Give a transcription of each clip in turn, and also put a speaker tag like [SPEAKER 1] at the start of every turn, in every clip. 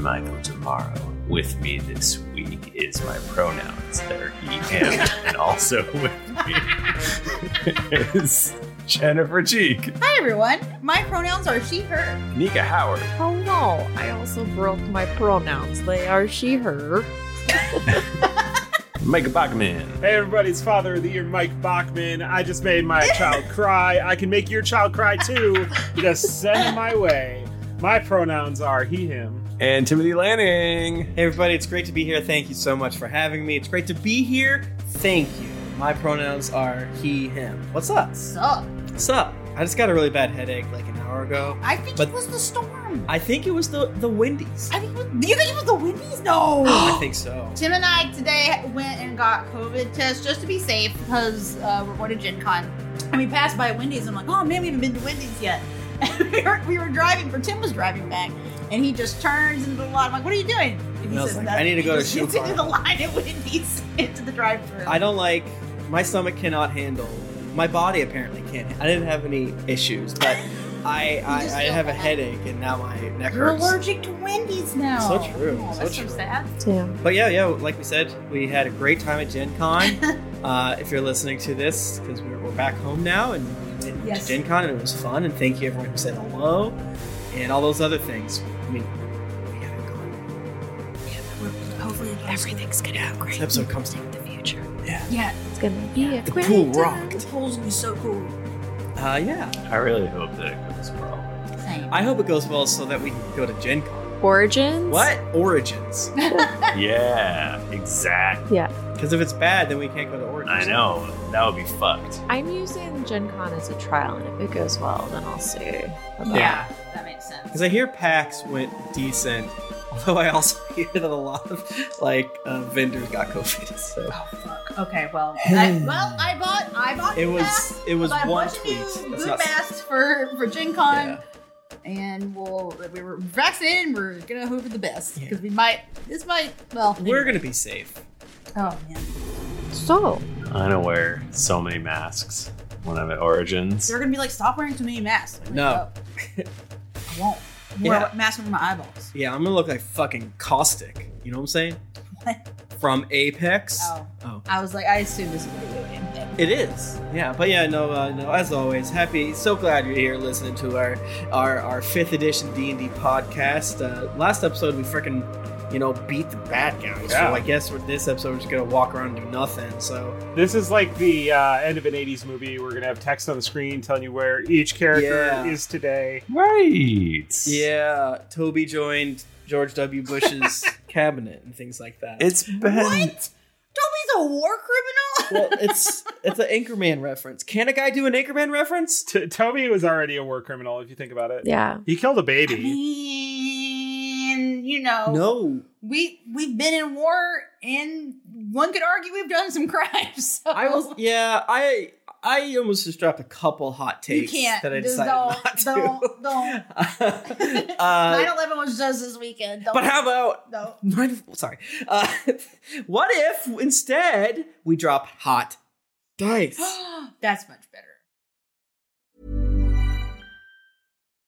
[SPEAKER 1] final tomorrow. With me this week is my pronouns. They're he, him, and also with me is Jennifer Cheek,
[SPEAKER 2] Hi, everyone. My pronouns are she, her.
[SPEAKER 1] Nika Howard,
[SPEAKER 3] Hello. Oh, I also broke my pronouns. They are she, her.
[SPEAKER 1] Mike Bachman,
[SPEAKER 4] Hey everybody, it's Father of the Year Mike Bachman. I just made my child cry. I can make your child cry too. Just send him my way. My pronouns are he, him.
[SPEAKER 1] and Timothy Lanning.
[SPEAKER 5] Hey everybody, it's great to be here. Thank you so much for having me. It's great to be here. Thank you. My pronouns are he, him. What's up?
[SPEAKER 2] Sup?
[SPEAKER 5] What's up? I just got a really bad headache like an hour ago.
[SPEAKER 2] I think
[SPEAKER 5] But-
[SPEAKER 2] it was the storm.
[SPEAKER 5] I think it was the the Wendy's.
[SPEAKER 2] I think it was, you think it was the Wendy's? No.
[SPEAKER 5] I think so.
[SPEAKER 2] Tim and I today went and got COVID tests just to be safe because uh, we're going to Gen Con. And we passed by Wendy's. And I'm like, oh man, we haven't been to Wendy's yet. And we, were, we were driving, for Tim was driving back, and he just turns into the line. I'm like, what are you doing? And he
[SPEAKER 5] And I was like,
[SPEAKER 2] "Nothing."
[SPEAKER 5] I need to
[SPEAKER 2] He
[SPEAKER 5] go to
[SPEAKER 2] just gets
[SPEAKER 5] Shoe
[SPEAKER 2] into the
[SPEAKER 5] Farm.
[SPEAKER 2] line at Wendy's, into the drive-thru.
[SPEAKER 5] I don't like my stomach cannot handle. My body apparently can't. I didn't have any issues, but I I,
[SPEAKER 2] just
[SPEAKER 5] I
[SPEAKER 2] feel
[SPEAKER 5] have a
[SPEAKER 2] bad.
[SPEAKER 5] headache and now my neck
[SPEAKER 2] You're
[SPEAKER 5] hurts.
[SPEAKER 2] allergic to Wendy's now.
[SPEAKER 5] So true,
[SPEAKER 2] Oh,
[SPEAKER 5] so
[SPEAKER 2] that's so
[SPEAKER 5] true.
[SPEAKER 2] sad.
[SPEAKER 3] Damn.
[SPEAKER 5] But yeah, yeah, like we said, we had a great time at Gen Con. uh, if you're listening to this, because we're, we're back home now and we went
[SPEAKER 2] Yes.
[SPEAKER 5] to Gen Con and it was fun. And thank you everyone who said hello and all those other things. I mean, we gotta go.
[SPEAKER 2] Hopefully
[SPEAKER 3] Everything's gonna be
[SPEAKER 5] This
[SPEAKER 3] great.
[SPEAKER 5] episode comes out.
[SPEAKER 3] the future.
[SPEAKER 2] Yeah,
[SPEAKER 3] It's gonna be a
[SPEAKER 5] The
[SPEAKER 3] great
[SPEAKER 5] pool
[SPEAKER 3] time.
[SPEAKER 5] rocked.
[SPEAKER 2] pool's gonna be so cool.
[SPEAKER 5] Uh, yeah.
[SPEAKER 1] I really hope that it goes well.
[SPEAKER 2] Same.
[SPEAKER 5] I hope it goes well so that we can go to Gen Con.
[SPEAKER 3] Origins?
[SPEAKER 5] What? Origins.
[SPEAKER 1] Yeah, exactly.
[SPEAKER 5] Because if it's bad, then we can't go to Origins.
[SPEAKER 1] I know that would be fucked.
[SPEAKER 3] I'm using Gen Con as a trial, and if it goes well, then I'll see. about-
[SPEAKER 2] yeah, that makes sense.
[SPEAKER 5] Because I hear PAX went decent, although I also hear that a lot of like uh, vendors got COVID. So
[SPEAKER 2] Oh fuck. Okay, well, I, well, I bought, I bought.
[SPEAKER 5] Hmm. it
[SPEAKER 2] new masks.
[SPEAKER 5] was it was
[SPEAKER 2] I bought
[SPEAKER 5] one
[SPEAKER 2] a bunch
[SPEAKER 5] tweet.
[SPEAKER 2] Of new
[SPEAKER 5] That's
[SPEAKER 2] good
[SPEAKER 5] not-
[SPEAKER 2] masks for for Gen Con,
[SPEAKER 5] Yeah.
[SPEAKER 2] and we'll we were vaccinated. and We're gonna hope for the best
[SPEAKER 5] Yeah.
[SPEAKER 2] because we might. This might. Well,
[SPEAKER 5] We're gonna be safe.
[SPEAKER 2] Oh man,
[SPEAKER 3] So,
[SPEAKER 1] I don't wear so many masks when I'm at Origins.
[SPEAKER 2] they're gonna be like, stop wearing too many masks. Like,
[SPEAKER 5] No.
[SPEAKER 2] oh. I won't. I'm wearing
[SPEAKER 5] Yeah.
[SPEAKER 2] masks over my eyeballs.
[SPEAKER 5] Yeah, I'm gonna look like fucking caustic. You know what I'm saying?
[SPEAKER 2] What?
[SPEAKER 5] From Apex.
[SPEAKER 2] Oh,
[SPEAKER 5] Oh.
[SPEAKER 2] I was like, I assume this is a video game thing.
[SPEAKER 5] It is, yeah, but yeah, no, uh, no. As always, happy, so glad you're here listening to our our, our fifth edition D and D podcast. Uh, last episode, we freaking, you know, beat the bad guys.
[SPEAKER 4] Yeah.
[SPEAKER 5] So I guess with this episode, we're just gonna walk around and do nothing. So
[SPEAKER 4] This is like the uh, end of an 80s movie. We're going to have text on the screen telling you where each character
[SPEAKER 5] Yeah.
[SPEAKER 4] is today.
[SPEAKER 1] Right.
[SPEAKER 5] yeah, Toby joined George W. Bush's cabinet and things like that.
[SPEAKER 1] It's been
[SPEAKER 2] What? Toby's a war criminal?
[SPEAKER 5] well, it's it's an Anchorman reference. Can a guy do an Anchorman reference?
[SPEAKER 4] T- Toby was already a war criminal, if you think about it.
[SPEAKER 3] yeah.
[SPEAKER 4] He killed a
[SPEAKER 2] I
[SPEAKER 4] baby.
[SPEAKER 2] mean, you know,
[SPEAKER 5] No,
[SPEAKER 2] we we've been in war, and one could argue we've done some crimes. So
[SPEAKER 5] I was yeah. I I almost just dropped a couple hot
[SPEAKER 2] You
[SPEAKER 5] takes
[SPEAKER 2] can't.
[SPEAKER 5] that I
[SPEAKER 2] Just
[SPEAKER 5] decided
[SPEAKER 2] don't,
[SPEAKER 5] not to.
[SPEAKER 2] don't, don't.
[SPEAKER 5] uh,
[SPEAKER 2] 9/11 was just this weekend. Don't,
[SPEAKER 5] but how about
[SPEAKER 2] No.
[SPEAKER 5] mine- sorry? Uh, what if instead we drop hot dice?
[SPEAKER 2] That's much better.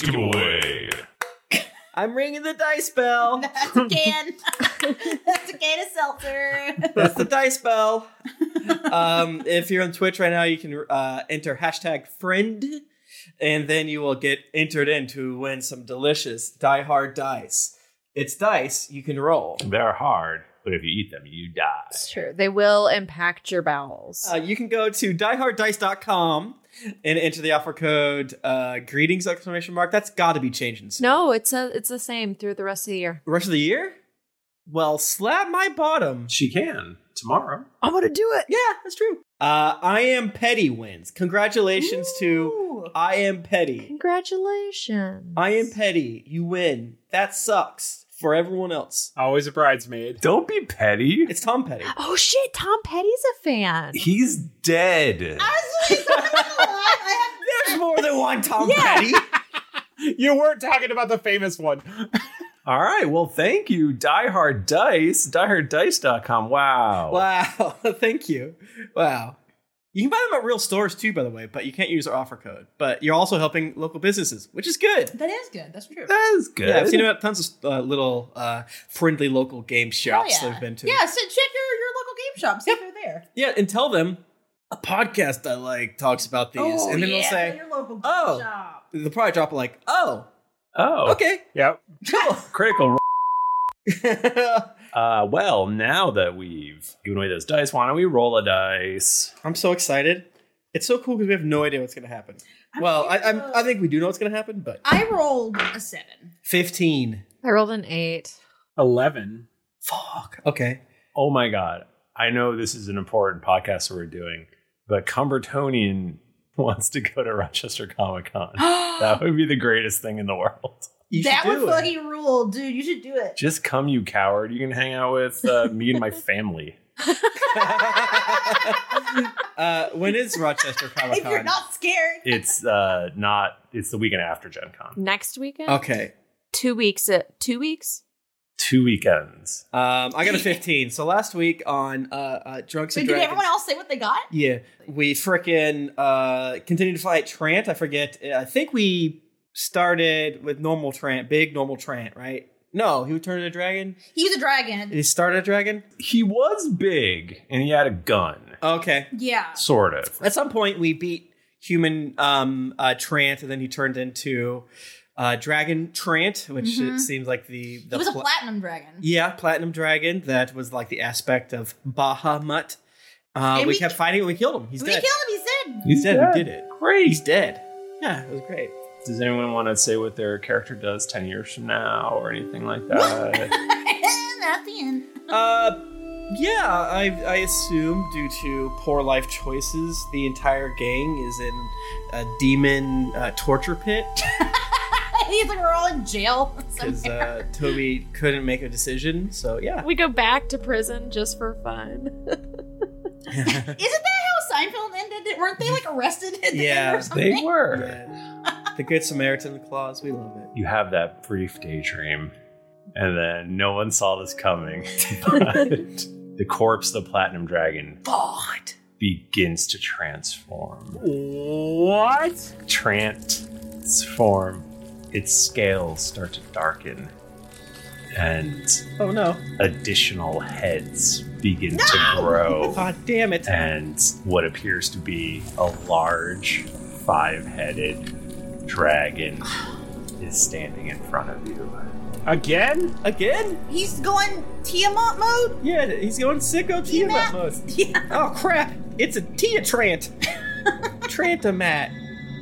[SPEAKER 6] Giveaway.
[SPEAKER 5] I'm ringing the dice bell.
[SPEAKER 2] That's a can. That's a can of seltzer.
[SPEAKER 5] That's the dice bell. Um, if you're on Twitch right now, you can uh, enter hashtag friend, and then you will get entered in to win some delicious Die Hard dice. It's dice you can roll.
[SPEAKER 1] They're hard, but if you eat them, you die.
[SPEAKER 3] It's true. They will impact your bowels.
[SPEAKER 5] Uh, you can go to dieharddice.com and enter the offer code uh, greetings exclamation mark. That's got to be changing soon.
[SPEAKER 3] no, it's a, it's the same through the rest of the year.
[SPEAKER 5] Rest of the year? Well, slap my bottom.
[SPEAKER 1] She can tomorrow.
[SPEAKER 5] I'm gonna do it. Yeah, that's true. Uh, I am petty wins. Congratulations to I am petty.
[SPEAKER 3] Congratulations.
[SPEAKER 5] I am petty. You win. That sucks for everyone else.
[SPEAKER 4] Always a bridesmaid.
[SPEAKER 1] Don't be petty.
[SPEAKER 5] It's Tom Petty.
[SPEAKER 3] Oh shit, Tom Petty's a fan.
[SPEAKER 1] He's dead.
[SPEAKER 5] There's more than one Tom Petty.
[SPEAKER 4] You weren't talking about the famous one.
[SPEAKER 1] All right. Well, thank you, Die Hard Dice, dieharddice.com. Wow.
[SPEAKER 5] Wow. Oh, Thank you. Wow. You can buy them at real stores too, by the way, but you can't use our offer code. But you're also helping local businesses, which is good.
[SPEAKER 2] That is good. That's true.
[SPEAKER 1] That is good.
[SPEAKER 5] Yeah, I've seen about tons of uh, little uh, friendly local game shops
[SPEAKER 2] yeah.
[SPEAKER 5] that I've been to.
[SPEAKER 2] Yeah, so check your, your local game shop. See if they're there.
[SPEAKER 5] Yeah, and tell them a podcast I like talks about these,
[SPEAKER 2] Oh,
[SPEAKER 5] and then they'll
[SPEAKER 2] yeah,
[SPEAKER 5] say,
[SPEAKER 2] your local game
[SPEAKER 5] "Oh,
[SPEAKER 2] shop.
[SPEAKER 5] they'll probably drop like, oh,
[SPEAKER 1] Oh,
[SPEAKER 5] okay,
[SPEAKER 4] Yep.
[SPEAKER 5] cool."
[SPEAKER 1] critical.
[SPEAKER 5] I'm
[SPEAKER 1] Uh, well, now that we've given away those dice, why don't we roll a dice?
[SPEAKER 5] so excited. It's so cool because we have no idea what's going to happen. well, I, I'm, I think we do know what's going to happen, but
[SPEAKER 2] I rolled a seven.
[SPEAKER 5] 15.
[SPEAKER 3] I rolled an eight.
[SPEAKER 4] 11.
[SPEAKER 5] Fuck. Okay.
[SPEAKER 1] Oh my God. I know this is an important podcast that we're doing, but Cumbertonian wants to go to Rochester Comic Con. that would be the greatest thing in the world.
[SPEAKER 5] You
[SPEAKER 2] that
[SPEAKER 5] should do
[SPEAKER 2] would
[SPEAKER 5] it.
[SPEAKER 2] fucking rule, dude. You should do it.
[SPEAKER 1] Just come, you coward. You can hang out with uh, me and my family.
[SPEAKER 5] uh, when is Rochester Comic
[SPEAKER 2] if you're
[SPEAKER 5] Con?
[SPEAKER 2] not scared.
[SPEAKER 1] It's uh, not, it's the weekend after Gen Con.
[SPEAKER 3] Next weekend?
[SPEAKER 5] Okay.
[SPEAKER 3] Two weeks. Uh, two weeks?
[SPEAKER 1] Two weekends.
[SPEAKER 5] Um, I got a 15. So last week on uh, uh, Drunks
[SPEAKER 2] So
[SPEAKER 5] and
[SPEAKER 2] did
[SPEAKER 5] Dragons.
[SPEAKER 2] everyone else say what they got?
[SPEAKER 5] Yeah, we frickin' uh, continued to fight Trant. I forget. I think we started with normal Trant, big normal Trant, right? No, he would turn into a dragon.
[SPEAKER 2] He was a dragon.
[SPEAKER 5] He started a dragon.
[SPEAKER 1] He was big and he had a gun,
[SPEAKER 5] Okay.
[SPEAKER 2] Yeah.
[SPEAKER 1] sort of.
[SPEAKER 5] At some point, we beat human um, uh, Trant, and then he turned into uh, dragon Trant, which it seems like the the
[SPEAKER 2] He Mm-hmm. was a
[SPEAKER 5] pla-
[SPEAKER 2] platinum dragon.
[SPEAKER 5] yeah platinum dragon that was like the aspect of Bahamut. Uh,
[SPEAKER 2] And
[SPEAKER 5] we,
[SPEAKER 2] we-
[SPEAKER 5] kept fighting, and we killed him. He's
[SPEAKER 2] we
[SPEAKER 5] dead.
[SPEAKER 2] killed him. He's dead.
[SPEAKER 5] He's dead.
[SPEAKER 1] dead.
[SPEAKER 5] We did it.
[SPEAKER 1] Great.
[SPEAKER 5] He's dead. Yeah, it was great.
[SPEAKER 1] Does anyone want to say what their character does 10 years from now or anything like that?
[SPEAKER 2] That's the end.
[SPEAKER 5] Uh, yeah, I, I assume due to poor life choices, the entire gang is in a demon uh, torture pit
[SPEAKER 2] He's like we're all in jail.
[SPEAKER 5] because uh, Toby couldn't make a decision. So yeah,
[SPEAKER 3] We go back to prison just for fun.
[SPEAKER 2] Isn't that how Seinfeld ended? Weren't they like arrested? And
[SPEAKER 5] Yeah,
[SPEAKER 2] or
[SPEAKER 1] they
[SPEAKER 2] something?
[SPEAKER 1] were.
[SPEAKER 5] Yeah. the Good Samaritan clause, we love it.
[SPEAKER 1] You have that brief daydream, and then no one saw this coming. But the corpse of the platinum dragon
[SPEAKER 2] God.
[SPEAKER 1] begins to transform.
[SPEAKER 4] What?
[SPEAKER 1] Transform. Its scales start to darken, and
[SPEAKER 5] Oh no!
[SPEAKER 1] additional heads begin to grow.
[SPEAKER 5] God damn it!
[SPEAKER 1] and what appears to be a large five headed dragon is standing in front of you.
[SPEAKER 4] Again?
[SPEAKER 5] Again?
[SPEAKER 2] He's going Tiamat mode?
[SPEAKER 5] Yeah, he's going sicko Tiamat mode.
[SPEAKER 2] Yeah.
[SPEAKER 5] Oh crap! It's a Tia Trant. Trantomat.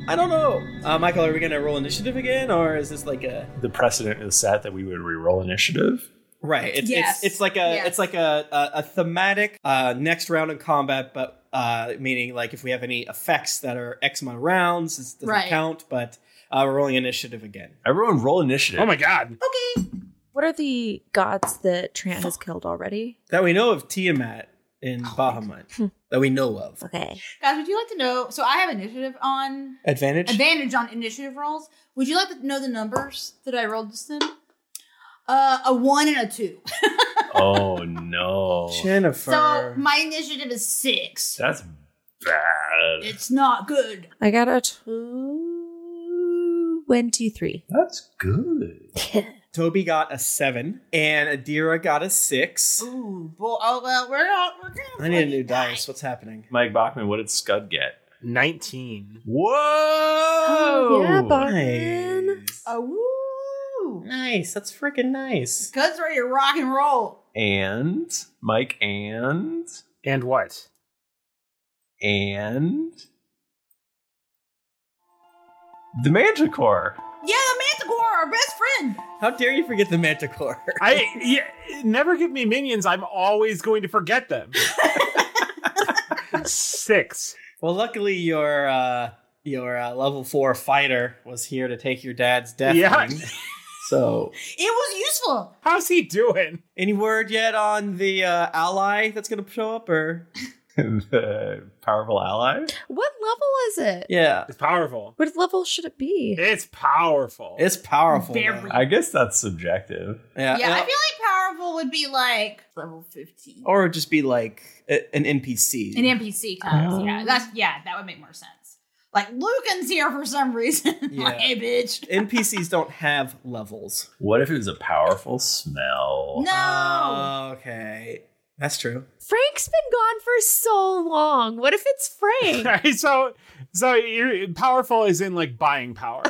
[SPEAKER 5] I don't know. Uh, Michael, are we gonna roll initiative again, or is this like a
[SPEAKER 1] The precedent is set that we would re-roll initiative.
[SPEAKER 5] right? It's
[SPEAKER 1] Yes.
[SPEAKER 5] it's, it's like a it's like a a, a thematic uh, next round in combat, but uh, meaning like if we have any effects that are X amount of rounds, this doesn't
[SPEAKER 3] Right.
[SPEAKER 5] count. But uh, we're rolling initiative again.
[SPEAKER 1] Everyone, roll initiative.
[SPEAKER 5] Oh
[SPEAKER 4] my god!
[SPEAKER 3] What are the gods that Trant has killed already?
[SPEAKER 5] That we know of Tiamat in
[SPEAKER 2] Oh,
[SPEAKER 5] Bahamut. That we know of.
[SPEAKER 3] Okay.
[SPEAKER 2] Guys, would you like to know? So I have initiative on
[SPEAKER 5] Advantage.
[SPEAKER 2] advantage on initiative rolls. Would you like to know the numbers that I rolled this in? Uh, a one and a two.
[SPEAKER 1] oh no,
[SPEAKER 5] Jennifer.
[SPEAKER 2] So my initiative is six.
[SPEAKER 1] That's bad.
[SPEAKER 2] It's not good.
[SPEAKER 3] I got a two, one, two, three.
[SPEAKER 1] That's good.
[SPEAKER 5] Toby got a seven, and Adira got a six.
[SPEAKER 2] Ooh, boy. Oh well, we're not. We're good.
[SPEAKER 5] I need a new dice. What's happening?
[SPEAKER 1] Mike Bachman, what did Scud get?
[SPEAKER 4] Nineteen.
[SPEAKER 1] Whoa!
[SPEAKER 5] Oh, yeah,
[SPEAKER 3] Bachman.
[SPEAKER 2] Oh,
[SPEAKER 5] nice. That's freaking nice.
[SPEAKER 2] Cuz ready to rock and roll.
[SPEAKER 1] And Mike and
[SPEAKER 4] and what?
[SPEAKER 1] And the Manticore.
[SPEAKER 2] Yeah, the Manticore, our best friend.
[SPEAKER 5] How dare you forget the Manticore?
[SPEAKER 4] I yeah, never give me minions. I'm always going to forget them. Six.
[SPEAKER 5] Well, luckily your uh, your uh, level four fighter was here to take your dad's death
[SPEAKER 4] Yeah.
[SPEAKER 5] ring. So,
[SPEAKER 2] It was useful.
[SPEAKER 4] How's he doing?
[SPEAKER 5] any word yet on the uh, ally that's going to show up, or
[SPEAKER 1] the powerful ally?
[SPEAKER 3] What level is it?
[SPEAKER 5] Yeah,
[SPEAKER 4] it's powerful.
[SPEAKER 3] What level should it be?
[SPEAKER 4] It's powerful.
[SPEAKER 5] It's powerful.
[SPEAKER 2] Very.
[SPEAKER 1] I guess that's subjective.
[SPEAKER 5] Yeah,
[SPEAKER 2] yeah, I feel like powerful would be like level fifteen,
[SPEAKER 5] or it'd just be like a- an NPC.
[SPEAKER 2] an NPC kind.
[SPEAKER 5] Oh.
[SPEAKER 2] of. Yeah, that's yeah, that would make more sense. Like Lucan's here for some reason. like, hey, bitch.
[SPEAKER 5] NPCs don't have levels.
[SPEAKER 1] What if it was a powerful smell?
[SPEAKER 2] No.
[SPEAKER 5] Um, okay, that's true.
[SPEAKER 3] Frank's been gone for so long. What if it's Frank?
[SPEAKER 4] Right, so, so you're, powerful is in like buying power.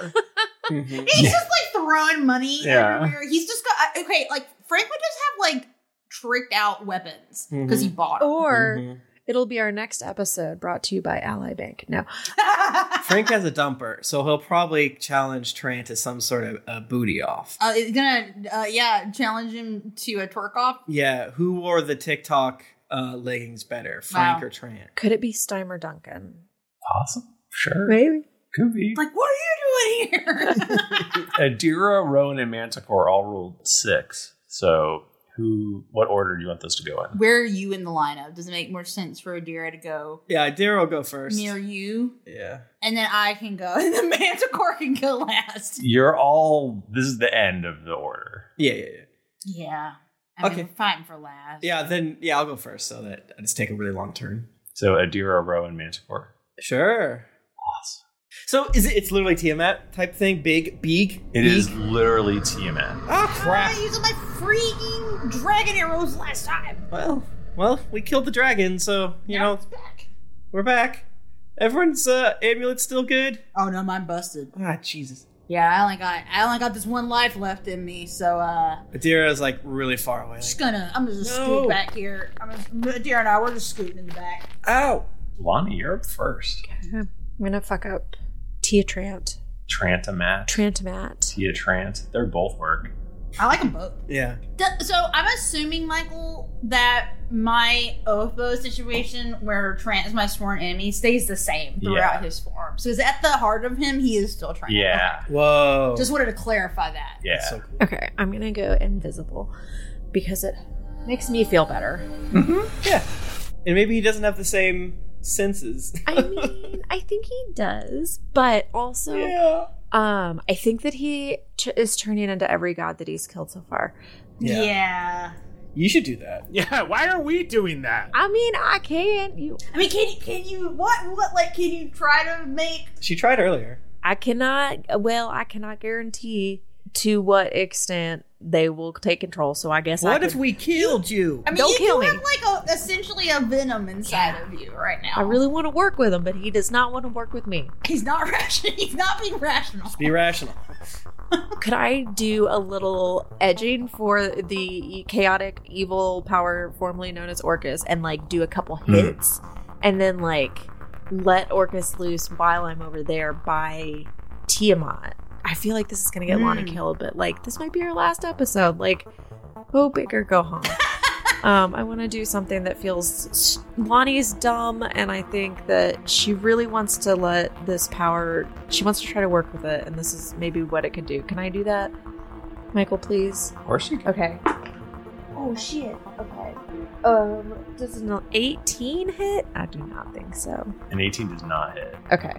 [SPEAKER 2] He's just like throwing money
[SPEAKER 4] Yeah.
[SPEAKER 2] everywhere. He's just got I- okay. Like Frank would just have like tricked out weapons because Mm-hmm. he bought 'em.
[SPEAKER 3] Or
[SPEAKER 5] Mm-hmm.
[SPEAKER 3] it'll be our next episode brought to you by Ally Bank. No.
[SPEAKER 5] Frank has a dumper, so he'll probably challenge Trant to some sort of a booty off.
[SPEAKER 2] Uh, it's gonna, uh, yeah, challenge him to a twerk off.
[SPEAKER 5] Yeah, who wore the TikTok uh, leggings better, Frank
[SPEAKER 2] Wow.
[SPEAKER 5] or Trant?
[SPEAKER 3] Could it be Steimer Duncan?
[SPEAKER 1] Awesome. Sure.
[SPEAKER 3] Maybe.
[SPEAKER 1] Could be.
[SPEAKER 2] Like, what are you doing here?
[SPEAKER 1] Adira, Rowan, and Manticore all rolled six. So who what order do you want those to go in?
[SPEAKER 2] Where are you in the lineup? Does it make more sense for Adira to go
[SPEAKER 5] Yeah, Daryl go first.
[SPEAKER 2] near you,
[SPEAKER 5] Yeah.
[SPEAKER 2] and then I can go, and the Manticore can go last?
[SPEAKER 1] You're all this is the end of the order.
[SPEAKER 5] Yeah, yeah, yeah.
[SPEAKER 2] Yeah. I mean,
[SPEAKER 5] Okay.
[SPEAKER 2] we're fighting for last.
[SPEAKER 5] Yeah, then yeah, I'll go first so that I just take a really long turn.
[SPEAKER 1] So Adira, Rowan, Manticore.
[SPEAKER 5] Sure.
[SPEAKER 1] Awesome.
[SPEAKER 5] So is it it's literally Tiamat type thing? Big beak?
[SPEAKER 1] It is literally Tiamat.
[SPEAKER 5] Oh crap.
[SPEAKER 2] I used my freaking dragon arrows last time.
[SPEAKER 5] Well, well, we killed the dragon, so you know we're back. Everyone's uh, amulet's still good.
[SPEAKER 2] Oh no, mine busted.
[SPEAKER 5] Ah, Jesus.
[SPEAKER 2] Yeah, I only got I only got this one life left in me, so uh
[SPEAKER 5] Adira's like really far away.
[SPEAKER 2] just gonna I'm just gonna
[SPEAKER 5] No.
[SPEAKER 2] scoot back here. I'm gonna Deer and I we're just scooting in the back.
[SPEAKER 5] Ow!
[SPEAKER 1] Lonnie, you're up first.
[SPEAKER 3] I'm gonna fuck up Tia Trant.
[SPEAKER 1] Trantamat.
[SPEAKER 3] Trantomat.
[SPEAKER 1] Tia Trant. They're both work.
[SPEAKER 2] I like them both.
[SPEAKER 5] Yeah.
[SPEAKER 2] Th- So I'm assuming, Michael, that my Ofo situation where Trant is my sworn enemy stays the same throughout
[SPEAKER 1] Yeah.
[SPEAKER 2] his form. So is at the heart of him, he is still Trant.
[SPEAKER 1] Yeah.
[SPEAKER 5] Whoa.
[SPEAKER 2] Just wanted to clarify that.
[SPEAKER 1] Yeah.
[SPEAKER 3] Okay, I'm gonna go invisible because it makes me feel better.
[SPEAKER 5] Mm-hmm. And maybe he doesn't have the same senses.
[SPEAKER 3] I mean, I think he does, but also, um, I think that he t- is turning into every god that he's killed so far.
[SPEAKER 5] Yeah. You should do that.
[SPEAKER 4] Yeah, why are we doing that?
[SPEAKER 3] I mean, I can't. You,
[SPEAKER 2] I mean, can you, can you, what, what, like, can you try to make,
[SPEAKER 5] She tried earlier.
[SPEAKER 3] I cannot. Well, I cannot guarantee to what extent they will take control. So I guess. I
[SPEAKER 5] What if
[SPEAKER 3] could-
[SPEAKER 5] we killed you?
[SPEAKER 2] I mean,
[SPEAKER 3] Don't
[SPEAKER 2] you
[SPEAKER 3] kill me.
[SPEAKER 2] do have, like, a, essentially a venom inside of you right now.
[SPEAKER 3] I really want to work with him, but he does not want to work with me.
[SPEAKER 2] He's not rational. He's not being rational.
[SPEAKER 5] Be rational.
[SPEAKER 3] Could I do a little edging for the chaotic evil power formerly known as Orcus and like do a couple hits and then like let Orcus loose while I'm over there by Tiamat? I feel like this is gonna get Lana
[SPEAKER 2] Mm.
[SPEAKER 3] killed, but like this might be our last episode. Like, go big or go home. um, I want to do something that feels Lonnie's dumb, and I think that she really wants to let this power. She wants to try to work with it, and this is maybe what it could do. Can I do that, Michael? Please. Of
[SPEAKER 1] course you
[SPEAKER 3] can. Okay.
[SPEAKER 2] Oh shit. Okay.
[SPEAKER 3] Um, does an eighteen hit? I do not think so.
[SPEAKER 1] An 18 does not hit.
[SPEAKER 3] Okay.